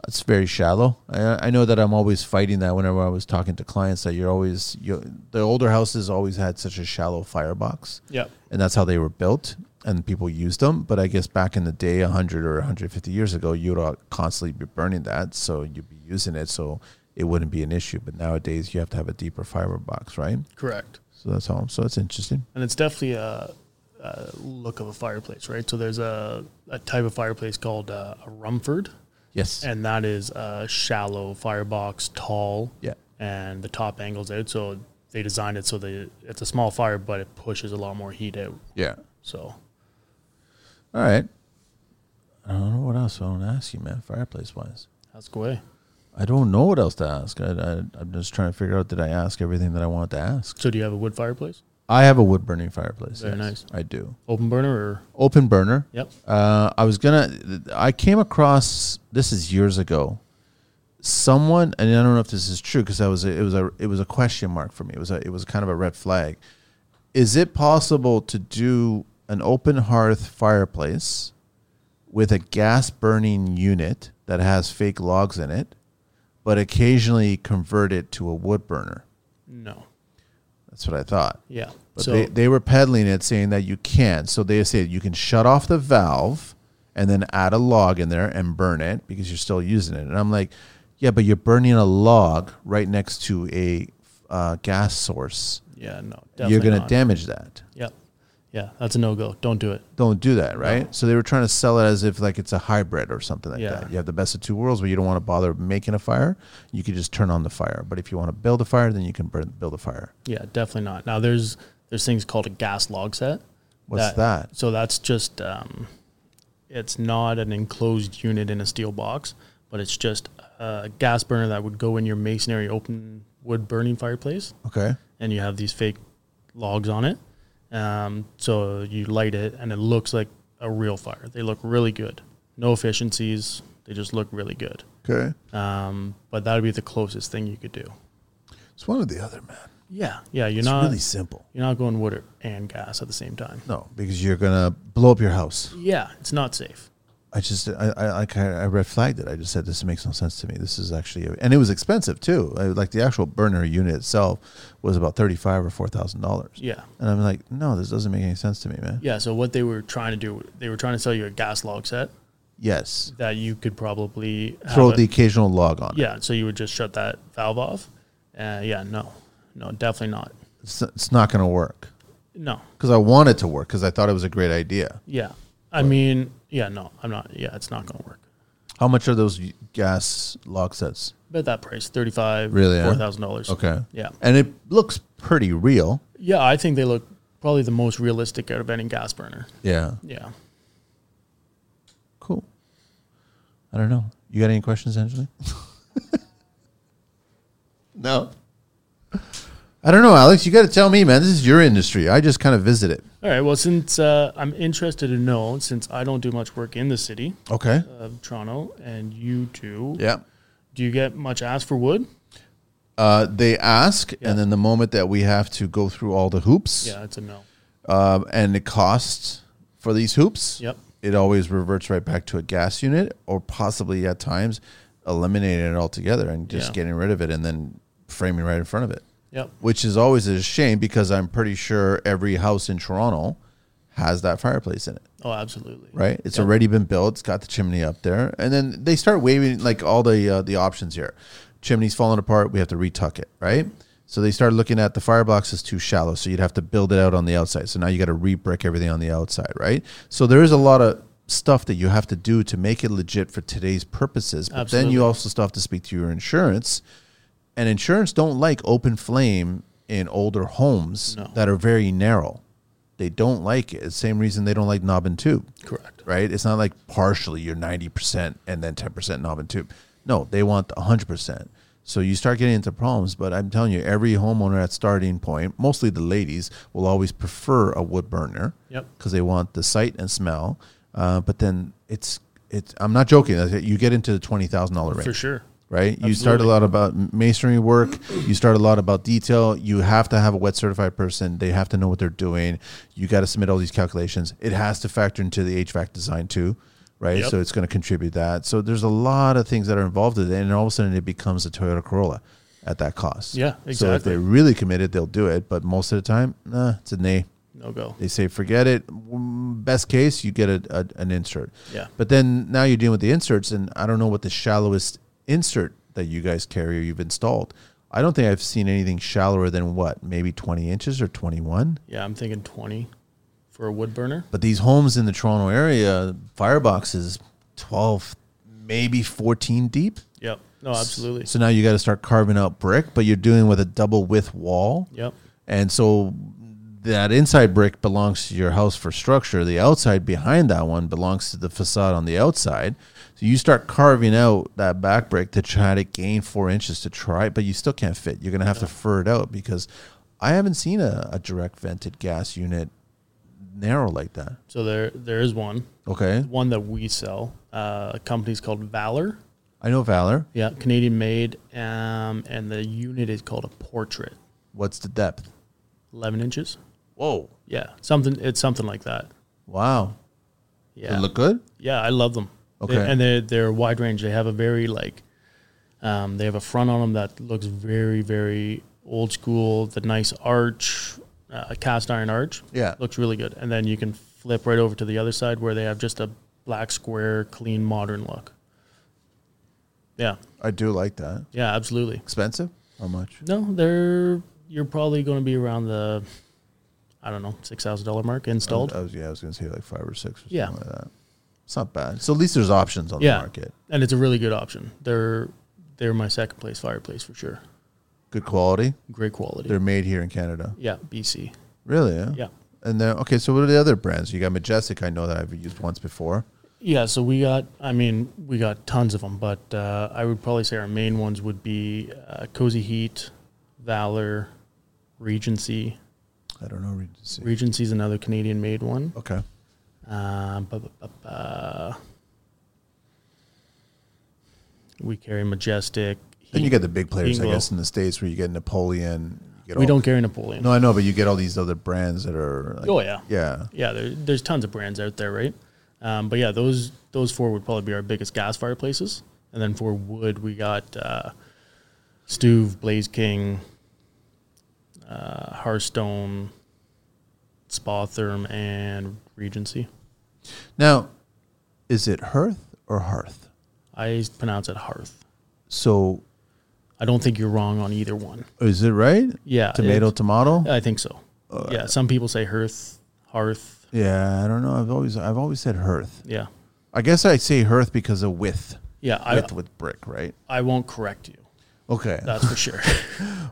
Speaker 2: It's very shallow. I, I know that I'm always fighting that whenever I was talking to clients that you're always you the older houses always had such a shallow firebox
Speaker 1: Yeah.
Speaker 2: and that's how they were built and people used them but i guess back in the day 100 or 150 years ago you'd all constantly be burning that so you'd be using it so it wouldn't be an issue but nowadays you have to have a deeper fiber box right
Speaker 1: Correct.
Speaker 2: so that's all so it's interesting
Speaker 1: and it's definitely a, a look of a fireplace, right? So there's a, a type of fireplace called uh, a Rumford,
Speaker 2: yes
Speaker 1: and that is a shallow firebox, tall,
Speaker 2: Yeah.
Speaker 1: and the top angles out. So they designed it so they it's a small fire, but it pushes a lot more heat out.
Speaker 2: yeah
Speaker 1: So
Speaker 2: all right i don't know what else i want to ask you man fireplace wise
Speaker 1: that's away.
Speaker 2: i don't know what else to ask I, I, i'm just trying to figure out did i ask everything that i wanted to ask
Speaker 1: So do you have a wood fireplace,
Speaker 2: i have a wood burning fireplace
Speaker 1: Very nice.
Speaker 2: i do
Speaker 1: open burner, or
Speaker 2: open burner
Speaker 1: yep?
Speaker 2: Uh, I was gonna. I came across this is years ago. Someone, and I don't know if this is true because I was a, it was a it was a question mark for me. It was a, it was kind of a red flag. Is it possible to do an open hearth fireplace with a gas burning unit that has fake logs in it, but occasionally convert it to a wood burner?
Speaker 1: No,
Speaker 2: That's what I thought.
Speaker 1: yeah.
Speaker 2: But
Speaker 1: so
Speaker 2: they, they were peddling it, saying that you can. So they say you can shut off the valve and then add a log in there and burn it because you're still using it. And I'm like, yeah, but you're burning a log right next to a uh, gas source.
Speaker 1: yeah, no, definitely
Speaker 2: you're going to
Speaker 1: not.
Speaker 2: damage that.
Speaker 1: Yep, yeah, that's a no go. Don't do it.
Speaker 2: Don't do that, right? So they were trying to sell it as if like it's a hybrid or something like
Speaker 1: Yeah.
Speaker 2: that. You have the best of two worlds, where you don't want to bother making a fire. You could just turn on the fire. But if you want to build a fire, then you can burn, build a fire.
Speaker 1: Yeah, definitely not. Now there's there's things called a gas log set.
Speaker 2: What's that?
Speaker 1: So that's just um, it's not an enclosed unit in a steel box, but it's just a gas burner that would go in your masonry open wood burning fireplace,
Speaker 2: Okay.
Speaker 1: and you have these fake logs on it. Um, so you light it, and it looks like a real fire. They look really good. No efficiencies. They just look really good.
Speaker 2: Okay.
Speaker 1: Um, but that would be the closest thing you could do.
Speaker 2: It's one or the other, man.
Speaker 1: Yeah, yeah. You're
Speaker 2: It's
Speaker 1: not
Speaker 2: really simple.
Speaker 1: you're not going wood or- and gas at the same time.
Speaker 2: No, because you're gonna blow up your house.
Speaker 1: Yeah, it's not safe.
Speaker 2: I just I I like I I red flagged it. I just said this makes no sense to me. This is actually and it was expensive too. I, like the actual burner unit itself was about thirty five or four thousand dollars.
Speaker 1: Yeah.
Speaker 2: And I'm like, no, this doesn't make any sense to me, man.
Speaker 1: Yeah, so what they were trying to do, they were trying to sell you a gas log set
Speaker 2: Yes,
Speaker 1: that you could probably have
Speaker 2: throw
Speaker 1: a-
Speaker 2: the occasional log on.
Speaker 1: yeah, so you would just shut that valve off. Uh, yeah, no, no, definitely not.
Speaker 2: It's, it's not gonna work
Speaker 1: No,
Speaker 2: because I want it to work because I thought it was a great idea.
Speaker 1: yeah, I mean, yeah, no, I'm not. Yeah, it's not going to work.
Speaker 2: How much are those gas log sets?
Speaker 1: But that price, thirty five,
Speaker 2: Really, eh?
Speaker 1: four thousand dollars.
Speaker 2: Okay.
Speaker 1: Yeah.
Speaker 2: And it looks pretty real.
Speaker 1: yeah, I think they look probably the most realistic out of any gas burner.
Speaker 2: Yeah.
Speaker 1: Yeah,
Speaker 2: Cool. I don't know. You got any questions, Angela? no. I don't know, Alex. You got to tell me, man. This is your industry. I just kind of visit it.
Speaker 1: all right. Well, since uh, I'm interested to know, since I don't do much work in the city
Speaker 2: Okay.
Speaker 1: of Toronto, and you do,
Speaker 2: Yeah.
Speaker 1: do you get much asked for wood?
Speaker 2: Uh, they ask,
Speaker 1: Yeah.
Speaker 2: and then the moment that we have to go through all the hoops
Speaker 1: Yeah, it's a no.
Speaker 2: um, and the costs for these hoops,
Speaker 1: Yep.
Speaker 2: it always reverts right back to a gas unit or possibly at times eliminating it altogether and just
Speaker 1: Yeah.
Speaker 2: getting rid of it and then framing right in front of it.
Speaker 1: Yep.
Speaker 2: which is always a shame because I'm pretty sure every house in Toronto has that fireplace in it,
Speaker 1: Oh, absolutely.
Speaker 2: right? It's
Speaker 1: Yeah.
Speaker 2: already been built. It's got the chimney up there, and then they start waving like all the uh, the options here. Chimney's falling apart. We have to retuck it, right? So they start looking at the firebox is too shallow, so you'd have to build it out on the outside. So now you got to rebrick everything on the outside, right? So there is a lot of stuff that you have to do to make it legit for today's purposes. But then
Speaker 1: Absolutely.
Speaker 2: you also still have to speak to your insurance and insurance don't like open flame in older homes
Speaker 1: No.
Speaker 2: that are very narrow. They don't like it. Same reason they don't like knob and tube.
Speaker 1: Correct.
Speaker 2: Right? It's not like partially you're 90% and then 10% knob and tube. No, they want the 100%. So you start getting into problems, but I'm telling you, every homeowner at starting point, mostly the ladies, will always prefer a wood burner
Speaker 1: Yep.
Speaker 2: because they want the sight and smell. Uh, but then it's it's. I'm not joking. You get into the twenty thousand dollar range
Speaker 1: For sure.
Speaker 2: right? You start a
Speaker 1: Absolutely.
Speaker 2: lot about masonry work. You start a lot about detail. You have to have a wet certified person. They have to know what they're doing. You got to submit all these calculations. It has to factor into the HVAC design too, right?
Speaker 1: Yep.
Speaker 2: So it's going to contribute that. So there's a lot of things that are involved in it, and all of a sudden it becomes a Toyota Corolla at that cost.
Speaker 1: Yeah,
Speaker 2: So if
Speaker 1: exactly.
Speaker 2: they're really committed, they'll do it. But most of the time, nah, it's a nay.
Speaker 1: No go.
Speaker 2: They say forget it. Mm, Best case, you get a, a, an insert.
Speaker 1: Yeah.
Speaker 2: But then now you're dealing with the inserts, and I don't know what the shallowest insert that you guys carry or you've installed. I don't think I've seen anything shallower than what maybe 20 inches or 21.
Speaker 1: Yeah, I'm thinking 20 for a wood burner.
Speaker 2: But these homes in the Toronto area, fireboxes 12, maybe 14 deep.
Speaker 1: Yep. No, absolutely.
Speaker 2: So now you got to start carving out brick, but you're doing with a double width wall.
Speaker 1: Yep.
Speaker 2: And so that inside brick belongs to your house for structure. The outside behind that one belongs to the facade on the outside. So you start carving out that back brick to try to gain four inches to try, but you still can't fit. You're going to have to fur it out because I haven't seen a, a direct vented gas unit narrow like that.
Speaker 1: So there there is one.
Speaker 2: Okay.
Speaker 1: One that we sell. Uh, a company's called Valor.
Speaker 2: I know Valor.
Speaker 1: Yeah, Canadian made. Um, and the unit is called a portrait.
Speaker 2: What's the depth?
Speaker 1: 11 inches.
Speaker 2: Whoa.
Speaker 1: Yeah, something. It's something like that.
Speaker 2: Wow.
Speaker 1: Yeah.
Speaker 2: It look good?
Speaker 1: Yeah, I love them. They-
Speaker 2: Okay.
Speaker 1: and they're they're wide range. They have a very like, um, they have a front on them that looks very very old school. The nice arch, uh, a cast iron arch.
Speaker 2: Yeah.
Speaker 1: looks really good. And then you can flip right over to the other side where they have just a black square, clean, modern look. Yeah,
Speaker 2: I do like that.
Speaker 1: yeah, absolutely.
Speaker 2: Expensive? How much?
Speaker 1: No, they're you're probably going to be around the, I don't know, six thousand dollar mark installed.
Speaker 2: I was, yeah, I was going to say like five or six or
Speaker 1: Yeah.
Speaker 2: something like that. It's not bad. So at least there's options on
Speaker 1: Yeah.
Speaker 2: the market.
Speaker 1: and it's a really good option. They're they're my second place fireplace for sure.
Speaker 2: Good quality.
Speaker 1: Great quality.
Speaker 2: They're made here in Canada.
Speaker 1: yeah, BC.
Speaker 2: Really? Yeah.
Speaker 1: Yeah.
Speaker 2: And then okay, so what are the other brands? You got Majestic. I know that I've used once before.
Speaker 1: Yeah, so we got, I mean, we got tons of them, but uh, I would probably say our main ones would be uh, Cozy Heat, Valor, Regency.
Speaker 2: I don't know. Regency.
Speaker 1: Regency's another Canadian made one.
Speaker 2: okay.
Speaker 1: Um, bu- bu- uh, bu- bu- we carry Majestic.
Speaker 2: Then you get the big players, I
Speaker 1: Inglo.
Speaker 2: guess, in the states where you get Napoleon. You get
Speaker 1: we
Speaker 2: all-
Speaker 1: don't carry Napoleon.
Speaker 2: No, I know, but you get all these other brands that are. Like,
Speaker 1: Oh, yeah.
Speaker 2: Yeah.
Speaker 1: yeah, there, there's tons of brands out there, right? Um, but yeah, those those four would probably be our biggest gas fireplaces. And then for wood, we got uh, Stuve, Blaze King, uh, Hearthstone, Spotherm, and Regency.
Speaker 2: Now, is it Hearth or Hearth?
Speaker 1: I pronounce it Hearth.
Speaker 2: So,
Speaker 1: I don't think you're wrong on either one.
Speaker 2: is it right?
Speaker 1: Yeah,
Speaker 2: Tomato,
Speaker 1: it's-
Speaker 2: tomato.
Speaker 1: I think so. yeah, some people say Hearth, Hearth.
Speaker 2: yeah, I don't know. I've always, I've always said Hearth.
Speaker 1: Yeah,
Speaker 2: I guess I say Hearth because of width,
Speaker 1: yeah. I
Speaker 2: width with brick, right?
Speaker 1: I won't correct you.
Speaker 2: Okay.
Speaker 1: That's for sure.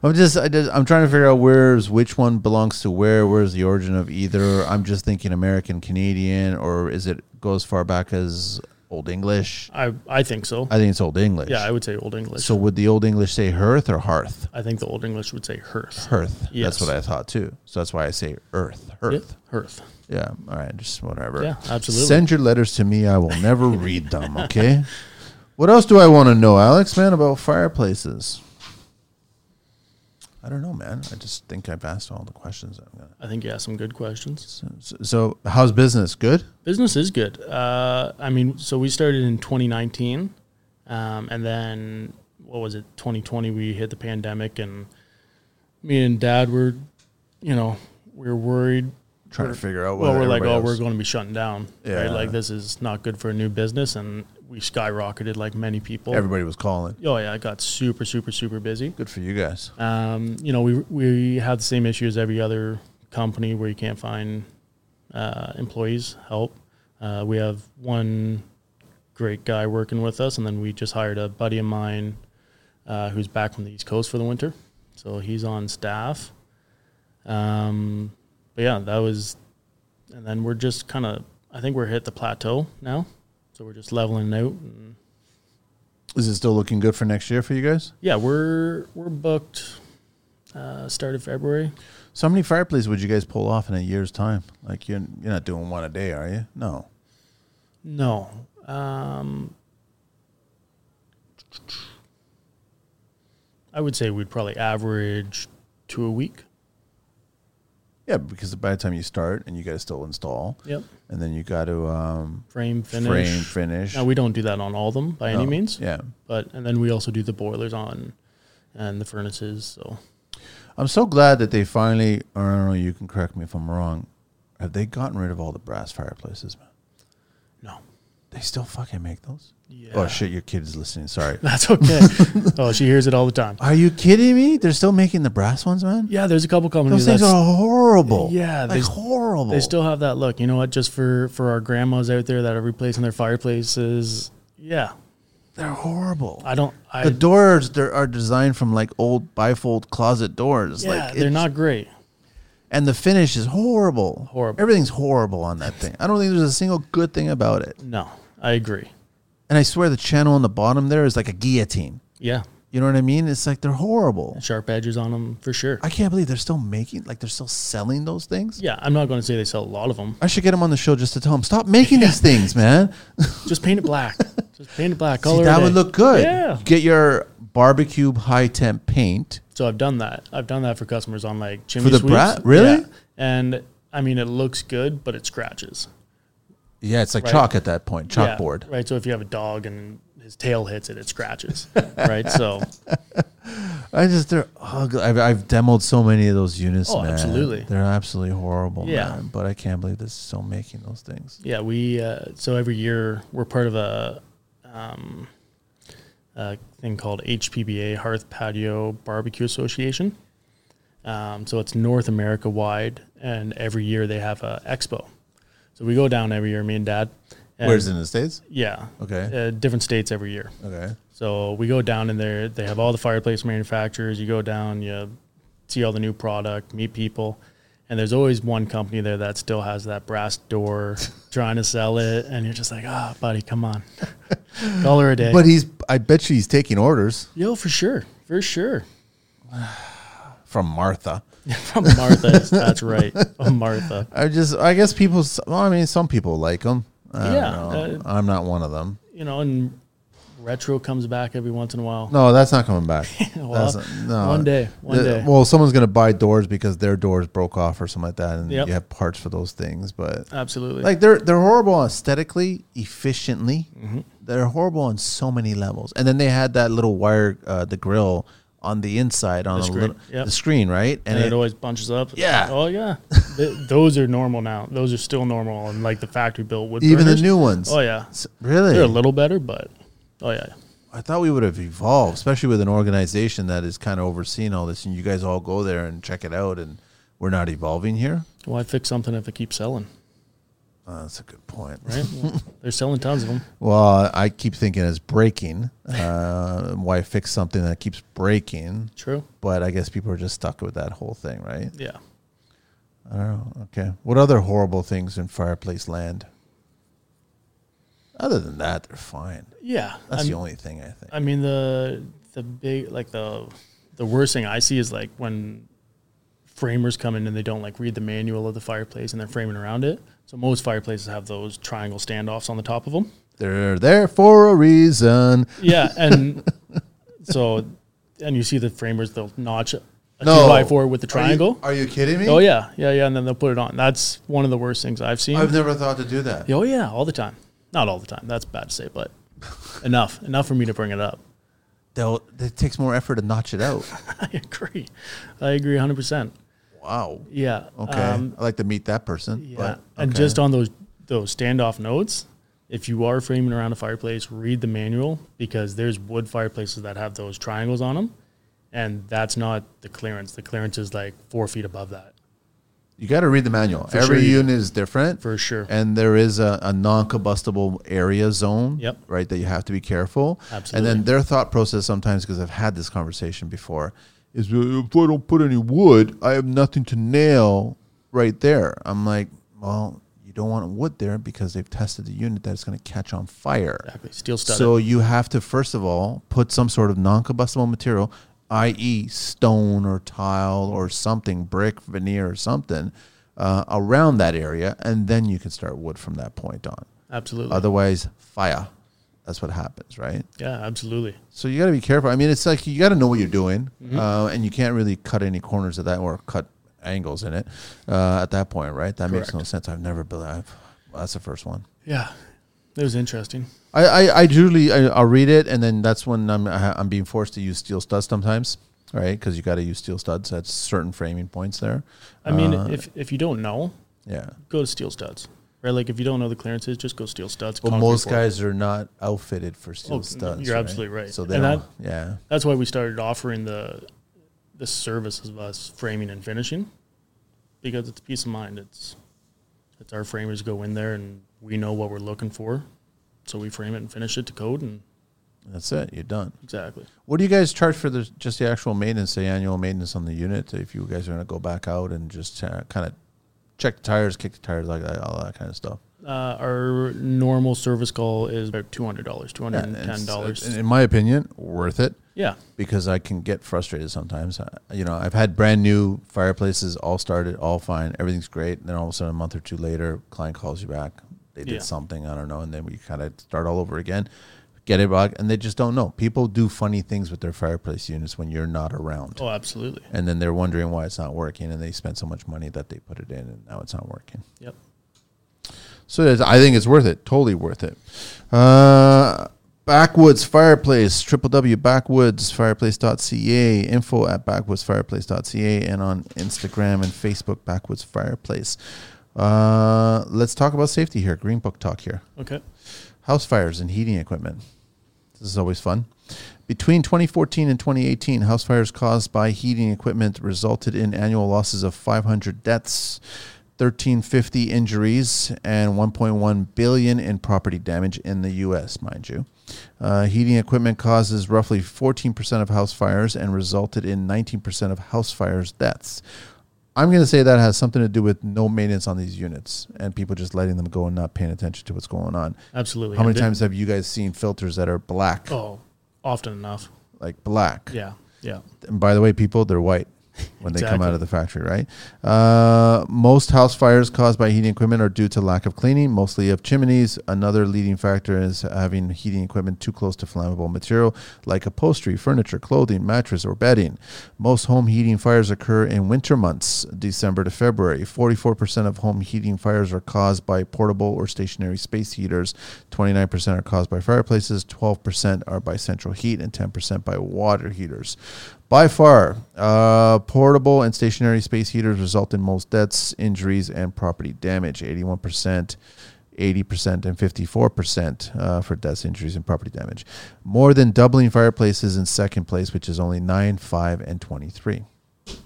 Speaker 2: I'm just, I just, I'm trying to figure out where's which one belongs to where. Where's the origin of either? I'm just thinking American, Canadian, or is it go as far back as Old English?
Speaker 1: I I think so.
Speaker 2: I think it's Old English.
Speaker 1: Yeah, I would say Old English.
Speaker 2: so would the Old English say hearth or hearth?
Speaker 1: I think the Old English would say hearth.
Speaker 2: Hearth.
Speaker 1: Yes.
Speaker 2: That's what I thought too. So that's why I say earth.
Speaker 1: Yeah,
Speaker 2: Hearth.
Speaker 1: Hearth.
Speaker 2: Yeah. All right. Just whatever.
Speaker 1: Yeah, absolutely.
Speaker 2: Send your letters to me. I will never read them. Okay. What else do I want to know, Alex? Man, about fireplaces. I don't know, man. I just think I've asked all the questions. I'm gonna.
Speaker 1: I think you asked some good questions.
Speaker 2: So, so how's business? Good.
Speaker 1: Business is good. Uh, I mean, so we started in 2019, um, and then what was it? 2020, we hit the pandemic, and me and Dad were, you know, we were worried.
Speaker 2: Trying to figure out
Speaker 1: Well,
Speaker 2: whether
Speaker 1: we're like,
Speaker 2: everybody
Speaker 1: oh, we're
Speaker 2: else-
Speaker 1: going to be shutting down.
Speaker 2: Yeah.
Speaker 1: Right? Like this is not good for a new business, and we skyrocketed like many people.
Speaker 2: Everybody was calling.
Speaker 1: oh yeah, I got super, super, super busy.
Speaker 2: Good for you guys.
Speaker 1: Um, you know, we we have the same issue as every other company where you can't find uh, employees help. Uh, we have one great guy working with us, and then we just hired a buddy of mine uh, who's back from the East Coast for the winter. So he's on staff. Um, but yeah, that was, and then we're just kind of, I think we're hit the plateau now. So we're just leveling out. And
Speaker 2: Is it still looking good for next year for you guys?
Speaker 1: yeah, we're we're booked. Uh, start of February.
Speaker 2: So how many fireplaces would you guys pull off in a year's time? Like you're you're not doing one a day, are you? No.
Speaker 1: No. Um, I would say we'd probably average two a week.
Speaker 2: Yeah, because by the time you start and you got to still install,
Speaker 1: Yep.
Speaker 2: and then you got to um,
Speaker 1: Frame finish.
Speaker 2: frame finish.
Speaker 1: Now we don't do that on all of them by any
Speaker 2: No.
Speaker 1: means.
Speaker 2: Yeah,
Speaker 1: But and then we also do the boilers on and the furnaces. So
Speaker 2: I'm so glad that they finally. Or I don't know. You can correct me if I'm wrong. Have they gotten rid of all the brass fireplaces, man?
Speaker 1: no.
Speaker 2: They still fucking make those.
Speaker 1: Yeah.
Speaker 2: Oh shit! Your kid is listening. Sorry.
Speaker 1: That's okay. oh, she hears it all the time.
Speaker 2: Are you kidding me? They're still making the brass ones, man.
Speaker 1: Yeah, there's a couple companies
Speaker 2: Those things
Speaker 1: that's-
Speaker 2: are horrible.
Speaker 1: Yeah, they-
Speaker 2: like horrible.
Speaker 1: They still have that look. You know what? Just for for our grandmas out there that are replacing their fireplaces. Yeah,
Speaker 2: they're horrible.
Speaker 1: I don't. I
Speaker 2: the doors there are designed from like old bifold closet doors.
Speaker 1: yeah,
Speaker 2: like
Speaker 1: they're
Speaker 2: it's-
Speaker 1: not great.
Speaker 2: and the finish is horrible.
Speaker 1: Horrible.
Speaker 2: Everything's horrible on that thing. I don't think there's a single good thing about it.
Speaker 1: No, I agree.
Speaker 2: And I swear the channel on the bottom there is like a guillotine.
Speaker 1: Yeah,
Speaker 2: You know what I mean? It's like they're horrible.
Speaker 1: sharp edges on them for sure.
Speaker 2: I can't believe they're still making like they're still selling those things.
Speaker 1: yeah, I'm not going to say they sell a lot of them.
Speaker 2: I should get him on the show just to tell him stop making these things, man.
Speaker 1: Just paint it black. Just paint it black. Color
Speaker 2: See,
Speaker 1: it
Speaker 2: that would
Speaker 1: in.
Speaker 2: look good.
Speaker 1: Yeah.
Speaker 2: Get your barbecue high temp paint.
Speaker 1: So I've done that. I've done that for customers on like chimney
Speaker 2: the
Speaker 1: sweeps.
Speaker 2: bra- really?
Speaker 1: Yeah. And I mean, it looks good, but it scratches.
Speaker 2: Yeah, it's like
Speaker 1: Right.
Speaker 2: chalk at that point,
Speaker 1: Yeah,
Speaker 2: chalkboard.
Speaker 1: right. So if you have a dog and his tail hits it, it scratches. right. So
Speaker 2: I just they're ugly. I've, I've demoed so many of those units.
Speaker 1: Oh,
Speaker 2: man.
Speaker 1: absolutely.
Speaker 2: They're absolutely horrible.
Speaker 1: Yeah.
Speaker 2: man. but I can't believe they're still making those things.
Speaker 1: Yeah, we uh, so every year we're part of a, um, a thing called HPBA Hearth Patio Barbecue Association. Um, so it's North America wide, and every year they have a expo. So we go down every year, me and Dad. And
Speaker 2: Where's it in the states?
Speaker 1: Yeah.
Speaker 2: Okay.
Speaker 1: Uh, different states every year.
Speaker 2: Okay.
Speaker 1: So we go down in there. They have all the fireplace manufacturers. You go down, you see all the new product, meet people, and there's always one company there that still has that brass door trying to sell it, and you're just like, ah, buddy, come on, dollar a day.
Speaker 2: But he's. I bet you he's taking orders
Speaker 1: Yo, for sure, for sure,
Speaker 2: from Martha.
Speaker 1: from Martha. that's right, from Martha.
Speaker 2: I just. I guess people. s- Well, I mean, some people like them. I
Speaker 1: Yeah, uh,
Speaker 2: Don't know. I'm not one of them.
Speaker 1: You know, and retro comes back every once in a while.
Speaker 2: No, that's not coming back.
Speaker 1: Well,
Speaker 2: That's not- no.
Speaker 1: One day, one
Speaker 2: The-
Speaker 1: day.
Speaker 2: Well, someone's gonna buy doors because their doors broke off or something like that, and
Speaker 1: Yep.
Speaker 2: you have parts for those things. But
Speaker 1: Absolutely.
Speaker 2: like they're they're horrible aesthetically, efficiently.
Speaker 1: Mm-hmm.
Speaker 2: They're horrible on so many levels. And then they had that little wire, uh, the grill on the inside on
Speaker 1: The
Speaker 2: a
Speaker 1: screen,
Speaker 2: little,
Speaker 1: yep.
Speaker 2: the screen, right?
Speaker 1: and it, always bunches up.
Speaker 2: Yeah.
Speaker 1: Oh yeah. Th- those are normal now. Those are still normal, and like the factory built wood.
Speaker 2: even the
Speaker 1: burners.
Speaker 2: new ones.
Speaker 1: Oh yeah.
Speaker 2: S- really?
Speaker 1: They're a little better, but oh yeah.
Speaker 2: I thought we would have evolved, especially with an organization that is kind of overseeing all this, and you guys all go there and check it out, and we're not evolving here.
Speaker 1: Why fix something if it keeps selling?
Speaker 2: Oh, that's a good point.
Speaker 1: Right. Well, They're selling tons of them.
Speaker 2: Well, I keep thinking it's breaking. Uh, why fix something that keeps breaking?
Speaker 1: True.
Speaker 2: But I guess people are just stuck with that whole thing, right?
Speaker 1: Yeah.
Speaker 2: I don't know. Okay. What other horrible things in fireplace land? Other than that, they're fine.
Speaker 1: Yeah.
Speaker 2: That's
Speaker 1: I'm-
Speaker 2: the only thing I think.
Speaker 1: I mean the the big like the the worst thing I see is like when framers come in and they don't like read the manual of the fireplace and they're framing around it. So most fireplaces have those triangle standoffs on the top of them.
Speaker 2: They're there for a reason.
Speaker 1: Yeah, and so, and you see the framers, they'll notch a
Speaker 2: No.
Speaker 1: two by four with the
Speaker 2: Are you-
Speaker 1: triangle.
Speaker 2: Are you, kidding me?
Speaker 1: oh yeah, yeah, yeah, and then they'll put it on. That's one of the worst things I've seen.
Speaker 2: I've never thought to do that.
Speaker 1: oh yeah, all the time. Not all the time. That's bad to say, but enough, enough for me to bring it up.
Speaker 2: They'll, it takes more effort to notch it out.
Speaker 1: I agree. I agree, hundred percent.
Speaker 2: wow.
Speaker 1: Yeah.
Speaker 2: Okay.
Speaker 1: um,
Speaker 2: I'd like to meet that person.
Speaker 1: yeah,
Speaker 2: but
Speaker 1: and
Speaker 2: okay.
Speaker 1: just on those those standoff notes. If you are framing around a fireplace, read the manual because there's wood fireplaces that have those triangles on them, and that's not the clearance. The clearance is like four feet above that.
Speaker 2: you got to read the manual.
Speaker 1: For
Speaker 2: Every
Speaker 1: sure you-
Speaker 2: unit is different.
Speaker 1: For sure.
Speaker 2: And there is a, a non-combustible area zone,
Speaker 1: Yep.
Speaker 2: right, that you have to be careful. And
Speaker 1: Absolutely.
Speaker 2: then their thought process sometimes, because I've had this conversation before, is "Well, if I don't put any wood, I have nothing to nail right there. I'm like, well, you don't want wood there because they've tested the unit that it's going to catch on fire.
Speaker 1: Exactly. Steel studded.
Speaker 2: So you have to first of all put some sort of non-combustible material, i.e., stone or tile or something, brick, veneer or something, uh, around that area, and then you can start wood from that point on.
Speaker 1: absolutely.
Speaker 2: uh, Otherwise, fire. That's what happens, right?
Speaker 1: yeah, absolutely.
Speaker 2: So you got to be careful. I mean, it's like you got to know what you're doing, uh, and you can't really cut any corners of that or cut angles in it uh, at that point, right? That makes no
Speaker 1: Correct.
Speaker 2: sense. I've never built. I've, that's the first one.
Speaker 1: Yeah. It was interesting.
Speaker 2: I, I, I usually I, I'll read it, and then that's when I'm I- I'm being forced to use steel studs sometimes, right? Because you got to use steel studs at certain framing points there.
Speaker 1: I mean,
Speaker 2: Uh,
Speaker 1: if if you don't know,
Speaker 2: yeah.
Speaker 1: go to steel studs. Right? Like if you don't know the clearances, just go steel studs.
Speaker 2: But
Speaker 1: concrete
Speaker 2: most
Speaker 1: floor.
Speaker 2: guys are not outfitted for steel
Speaker 1: Oh,
Speaker 2: studs.
Speaker 1: you're absolutely right.
Speaker 2: So they
Speaker 1: And
Speaker 2: don't, yeah,
Speaker 1: That's why we started offering the the service of us framing and finishing because it's peace of mind. It's it's our framers go in there and we know what we're looking for, so we frame it and finish it to code and
Speaker 2: that's it. You're done.
Speaker 1: exactly.
Speaker 2: What do you guys charge for the just the actual maintenance, the annual maintenance on the unit? If you guys are going to go back out and just uh, kind of check the tires, kick the tires, like that, all that kind of stuff.
Speaker 1: Uh, our normal service call is about two hundred dollars, two
Speaker 2: Yeah,
Speaker 1: hundred and
Speaker 2: it's- uh,
Speaker 1: ten dollars.
Speaker 2: in my opinion, worth it.
Speaker 1: Yeah,
Speaker 2: because I can get frustrated sometimes. I, you know, I've had brand new fireplaces, all started, all fine, everything's great. And then all of a sudden, a month or two later, client calls you back. They did
Speaker 1: Yeah.
Speaker 2: something, I don't know, and then we kind of start all over again, get it back, and they just don't know. People do funny things with their fireplace units when you're not around,
Speaker 1: oh, absolutely.
Speaker 2: and then they're wondering why it's not working, and they spent so much money that they put it in, and now it's not working.
Speaker 1: Yep.
Speaker 2: So it's, I think it's worth it. Totally worth it. Uh, Backwoods Fireplace, www.backwoodsfireplace.ca, info at backwoodsfireplace.ca, and on Instagram and Facebook, Backwoods Fireplace. Uh, let's talk about safety here. Green Book talk here.
Speaker 1: Okay.
Speaker 2: House fires and heating equipment. This is always fun. Between 2014 and 2018, house fires caused by heating equipment resulted in annual losses of 500 deaths, 1350 injuries, and 1.1 billion in property damage in the U.S. Mind you, uh, heating equipment causes roughly 14% of house fires and resulted in 19% of house fires deaths. I'm going to say that has something to do with no maintenance on these units and people just letting them go and not paying attention to what's going on.
Speaker 1: Absolutely.
Speaker 2: How
Speaker 1: And
Speaker 2: many
Speaker 1: thi-
Speaker 2: times have you guys seen filters that are black?
Speaker 1: Oh, often enough.
Speaker 2: Like black.
Speaker 1: Yeah. Yeah.
Speaker 2: And by the way, people, they're white when they come
Speaker 1: Exactly.
Speaker 2: out of the factory, right? Uh, most house fires caused by heating equipment are due to lack of cleaning, mostly of chimneys. Another leading factor is having heating equipment too close to flammable material like upholstery, furniture, clothing, mattress, or bedding. Most home heating fires occur in winter months, December to February. 44% of home heating fires are caused by portable or stationary space heaters. 29% are caused by fireplaces, 12% are by central heat, and 10% by water heaters. By far, uh, portable and stationary space heaters result in most deaths, injuries, and property damage. 81%. 80% and 54% uh, for deaths, injuries, and property damage. More than doubling fireplaces in second place, which is only 9, 5, and 23.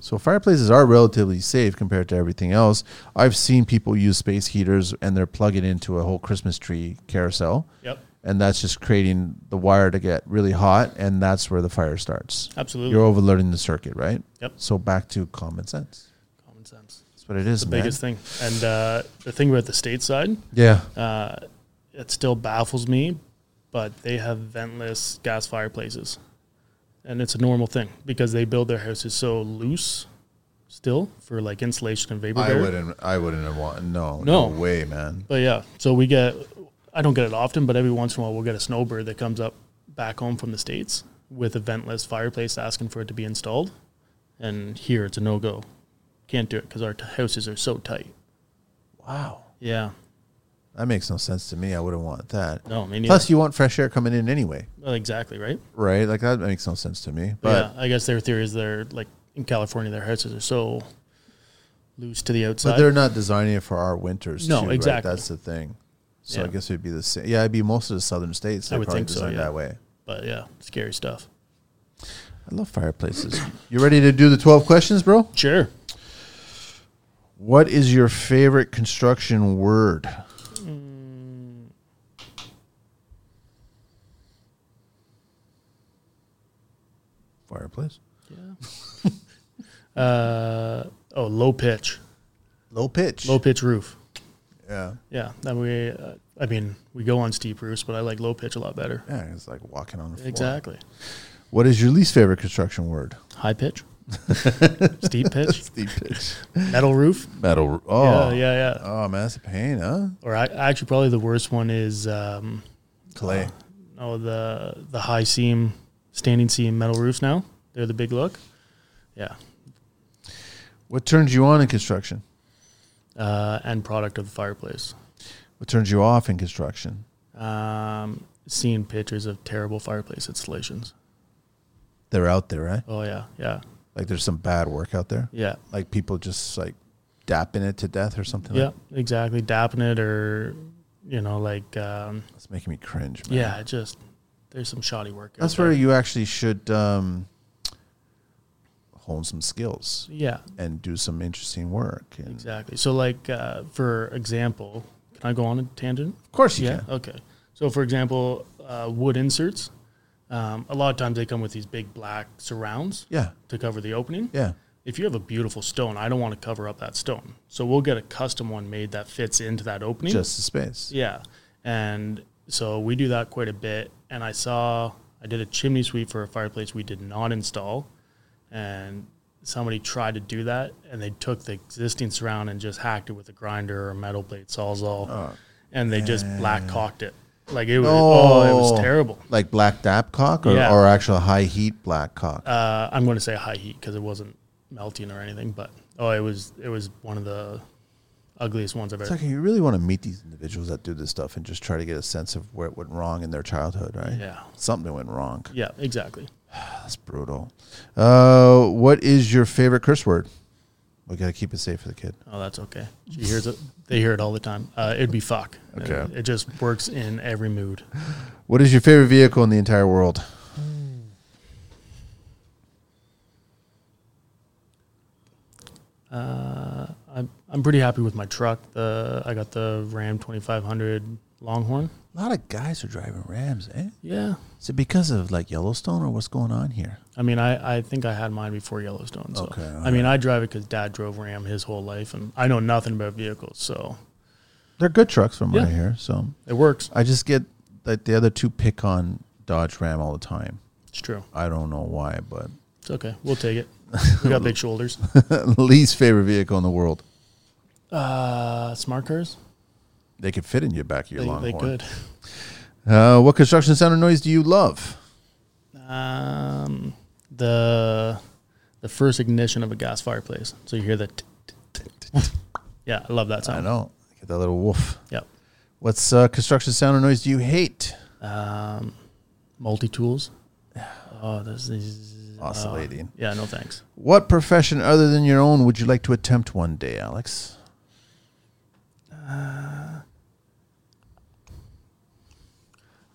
Speaker 2: So fireplaces are relatively safe compared to everything else. I've seen people use space heaters and they're plugging into a whole Christmas tree carousel.
Speaker 1: Yep.
Speaker 2: And that's just creating the wire to get really hot, and that's where the fire starts.
Speaker 1: Absolutely.
Speaker 2: You're overloading the circuit, right?
Speaker 1: Yep.
Speaker 2: So back to common sense.
Speaker 1: Common sense.
Speaker 2: That's what it is,
Speaker 1: The
Speaker 2: man.
Speaker 1: biggest thing. And uh, the thing about the state side,
Speaker 2: Yeah.
Speaker 1: uh, it still baffles me, but they have ventless gas fireplaces. And it's a normal thing because they build their houses so loose still for like insulation and vapor
Speaker 2: I
Speaker 1: barrier.
Speaker 2: wouldn't. I wouldn't have want. No, no,
Speaker 1: No.
Speaker 2: way, man.
Speaker 1: But yeah, so we get, I don't get it often, but every once in a while we'll get a snowbird that comes up back home from the States with a ventless fireplace asking for it to be installed. And here it's a no go. Can't do it because our t- houses are so tight.
Speaker 2: Wow,
Speaker 1: Yeah.
Speaker 2: that makes no sense to me. I wouldn't want that.
Speaker 1: No, me neither.
Speaker 2: Plus, you want fresh air coming in anyway,
Speaker 1: Well, exactly, right?
Speaker 2: right? Like that makes no sense to me. But
Speaker 1: But yeah, I guess their theory is they're like in California, their houses are so loose to the
Speaker 2: but
Speaker 1: outside.
Speaker 2: they're not designing it for our winters.
Speaker 1: No,
Speaker 2: too,
Speaker 1: exactly.
Speaker 2: Right? That's the thing. So I
Speaker 1: Yeah.
Speaker 2: guess it'd be the same. Yeah, it'd be most of the southern states.
Speaker 1: I
Speaker 2: They're
Speaker 1: would
Speaker 2: probably
Speaker 1: think so,
Speaker 2: designed
Speaker 1: yeah.
Speaker 2: that way.
Speaker 1: but yeah, scary stuff.
Speaker 2: I love fireplaces. you ready to do the twelve questions, bro?
Speaker 1: Sure.
Speaker 2: What is your favorite construction word? Mm, Fireplace.
Speaker 1: Uh, oh, low pitch,
Speaker 2: Low pitch.
Speaker 1: low pitch roof.
Speaker 2: yeah.
Speaker 1: Yeah, that way. Uh, I mean, we go on steep roofs, but I like low pitch a lot better.
Speaker 2: Yeah, it's like walking on a floor.
Speaker 1: Exactly.
Speaker 2: What is your least favorite construction word?
Speaker 1: High pitch, steep pitch,
Speaker 2: Steep pitch.
Speaker 1: metal roof.
Speaker 2: Metal. Oh,
Speaker 1: Yeah, yeah, yeah.
Speaker 2: Oh, man, that's a pain, huh?
Speaker 1: Or I, actually, probably the worst one is um,
Speaker 2: Clay.
Speaker 1: oh the the high seam, standing seam metal roofs. Now they're the big look. Yeah,
Speaker 2: What turns you on in construction?
Speaker 1: uh, end product of the fireplace.
Speaker 2: What turns you off in construction?
Speaker 1: Um, seeing pictures of terrible fireplace installations.
Speaker 2: They're out there, right?
Speaker 1: Oh yeah, yeah,
Speaker 2: Like there's some bad work out there.
Speaker 1: yeah,
Speaker 2: Like people just like dapping it to death or something.
Speaker 1: yeah.
Speaker 2: Like,
Speaker 1: Exactly. Dapping it, or you know, like um,
Speaker 2: that's making me cringe, man.
Speaker 1: yeah, it just there's some shoddy work. out
Speaker 2: That's
Speaker 1: there.
Speaker 2: where you actually should um, hone some skills
Speaker 1: Yeah,
Speaker 2: and do some interesting work. And
Speaker 1: exactly. So like uh, for example, can I go on a tangent?
Speaker 2: Of course you
Speaker 1: yeah.
Speaker 2: can.
Speaker 1: Okay. So, for example, uh, wood inserts. Um, a lot of times they come with these big black surrounds
Speaker 2: Yeah.
Speaker 1: to cover the opening.
Speaker 2: Yeah.
Speaker 1: If you have a beautiful stone, I don't want to cover up that stone. So we'll get a custom one made that fits into that opening.
Speaker 2: Just the space.
Speaker 1: Yeah. And so we do that quite a bit. And I saw, I did a chimney sweep for a fireplace we did not install. And somebody tried to do that and they took the existing surround and just hacked it with a grinder or a metal blade sawzall. and they just black cocked it. Like it was, oh, it was
Speaker 2: Oh, No.
Speaker 1: terrible.
Speaker 2: Like black dapcock or,
Speaker 1: Yeah.
Speaker 2: or actual high heat black cock?
Speaker 1: Uh, I'm going to say high heat because it wasn't melting or anything, but oh, it was, it was one of the ugliest ones I've ever.
Speaker 2: It's like you really want to meet these individuals that do this stuff and just try to get a sense of where it went wrong in their childhood, right?
Speaker 1: Yeah.
Speaker 2: Something went wrong.
Speaker 1: yeah, exactly.
Speaker 2: That's brutal. Uh, what is your favorite curse word? We got to keep it safe for the kid.
Speaker 1: Oh, that's okay. She hears it. They hear it all the time. Uh, it'd be fuck.
Speaker 2: Okay.
Speaker 1: It, it just works in every mood.
Speaker 2: What is your favorite vehicle in the entire world?
Speaker 1: Uh, I'm I'm pretty happy with my truck. The I got the Ram 2500 Longhorn.
Speaker 2: A lot of guys are driving Rams, eh?
Speaker 1: Yeah.
Speaker 2: Is it because of like Yellowstone or what's going on here?
Speaker 1: I mean, I, I think I had mine before Yellowstone. So
Speaker 2: Okay,
Speaker 1: I mean, I drive it because Dad drove Ram his whole life, and I know nothing about vehicles, so
Speaker 2: They're good trucks from what I
Speaker 1: Yeah.
Speaker 2: hear. So
Speaker 1: it works.
Speaker 2: I just get that the other two pick on Dodge Ram all the time.
Speaker 1: It's true.
Speaker 2: I don't know why, but
Speaker 1: It's okay. We'll take it. We got big shoulders.
Speaker 2: least favorite vehicle in the world.
Speaker 1: Uh, smart cars.
Speaker 2: They could fit in your back of your
Speaker 1: They,
Speaker 2: longhorn.
Speaker 1: they could.
Speaker 2: Uh, what construction sound or noise do you love?
Speaker 1: Um, the the first ignition of a gas fireplace. So you hear the. t- t- t- t- Yeah, I love that
Speaker 2: I
Speaker 1: sound.
Speaker 2: know. Get that little woof.
Speaker 1: Yep.
Speaker 2: What's uh, construction sound or noise do you hate?
Speaker 1: Um, Multi tools. Oh, this is oh.
Speaker 2: Oscillating.
Speaker 1: yeah, no thanks.
Speaker 2: What profession other than your own would you like to attempt one day, Alex?
Speaker 1: Uh,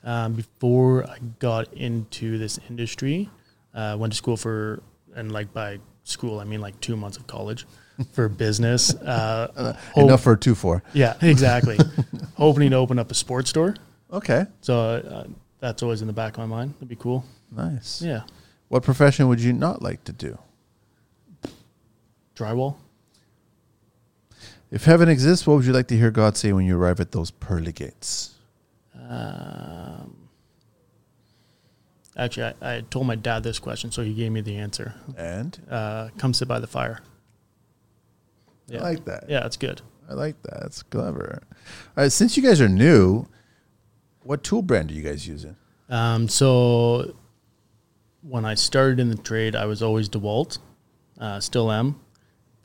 Speaker 1: Um, before I got into this industry, uh, went to school for and like by school I mean like two months of college for business. Uh, hope-
Speaker 2: Enough for a two four.
Speaker 1: Yeah, exactly. Hoping to open up a sports store.
Speaker 2: Okay,
Speaker 1: So uh, that's always in the back of my mind. It'd be cool.
Speaker 2: nice.
Speaker 1: Yeah.
Speaker 2: What profession would you not like to do?
Speaker 1: Drywall.
Speaker 2: If heaven exists, what would you like to hear God say when you arrive at those pearly gates?
Speaker 1: Um, actually, I, I told my dad this question, so he gave me the answer.
Speaker 2: And
Speaker 1: Uh, come sit by the fire. Yeah.
Speaker 2: I like that.
Speaker 1: yeah, it's good.
Speaker 2: I like that. That's clever. All right, since you guys are new, what tool brand are you guys using?
Speaker 1: Um, so when I started in the trade, I was always DeWalt, uh, still am.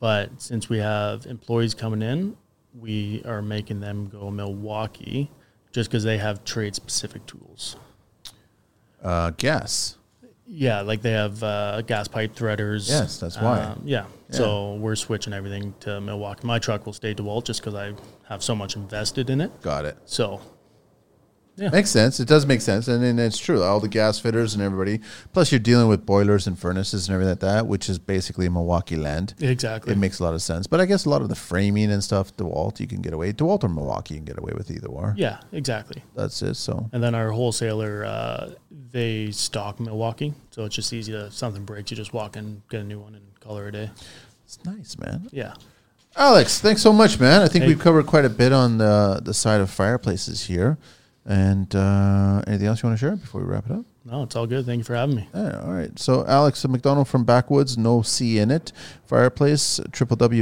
Speaker 1: But since we have employees coming in, we are making them go Milwaukee just because they have trade specific tools.
Speaker 2: Uh, gas.
Speaker 1: Yeah, like they have uh, gas pipe threaders. Um,
Speaker 2: Yes, that's why.
Speaker 1: yeah. so we're switching everything to Milwaukee. My truck will stay DeWalt just because I have so much invested in it.
Speaker 2: Got it.
Speaker 1: So Yeah.
Speaker 2: Makes sense. It does make sense, and, and it's true. All the gas fitters and everybody. Plus, you're dealing with boilers and furnaces and everything like that, which is basically Milwaukee land.
Speaker 1: Exactly.
Speaker 2: It makes a lot of sense. But I guess a lot of the framing and stuff, DeWalt, you can get away. DeWalt or Milwaukee, you can get away with either or.
Speaker 1: yeah, exactly.
Speaker 2: That's it. So
Speaker 1: And then our wholesaler, uh, they stock Milwaukee, so it's just easy to if something breaks, you just walk in, get a new one, and call her a day.
Speaker 2: it's nice, man.
Speaker 1: Yeah,
Speaker 2: Alex, thanks so much, man. I think
Speaker 1: Hey.
Speaker 2: we've covered quite a bit on the the side of fireplaces here. And uh, anything else you want to share before we wrap it up?
Speaker 1: no, it's all good. Thank you for having me.
Speaker 2: Yeah, all right. So Alex McDonald from Backwoods, no C in it. Fireplace,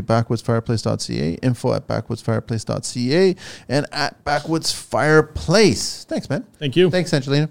Speaker 2: www.backwoodsfireplace.ca, info at backwoodsfireplace.ca, and at Backwoods Fireplace. Thanks, man.
Speaker 1: Thank you.
Speaker 2: Thanks, Angelina.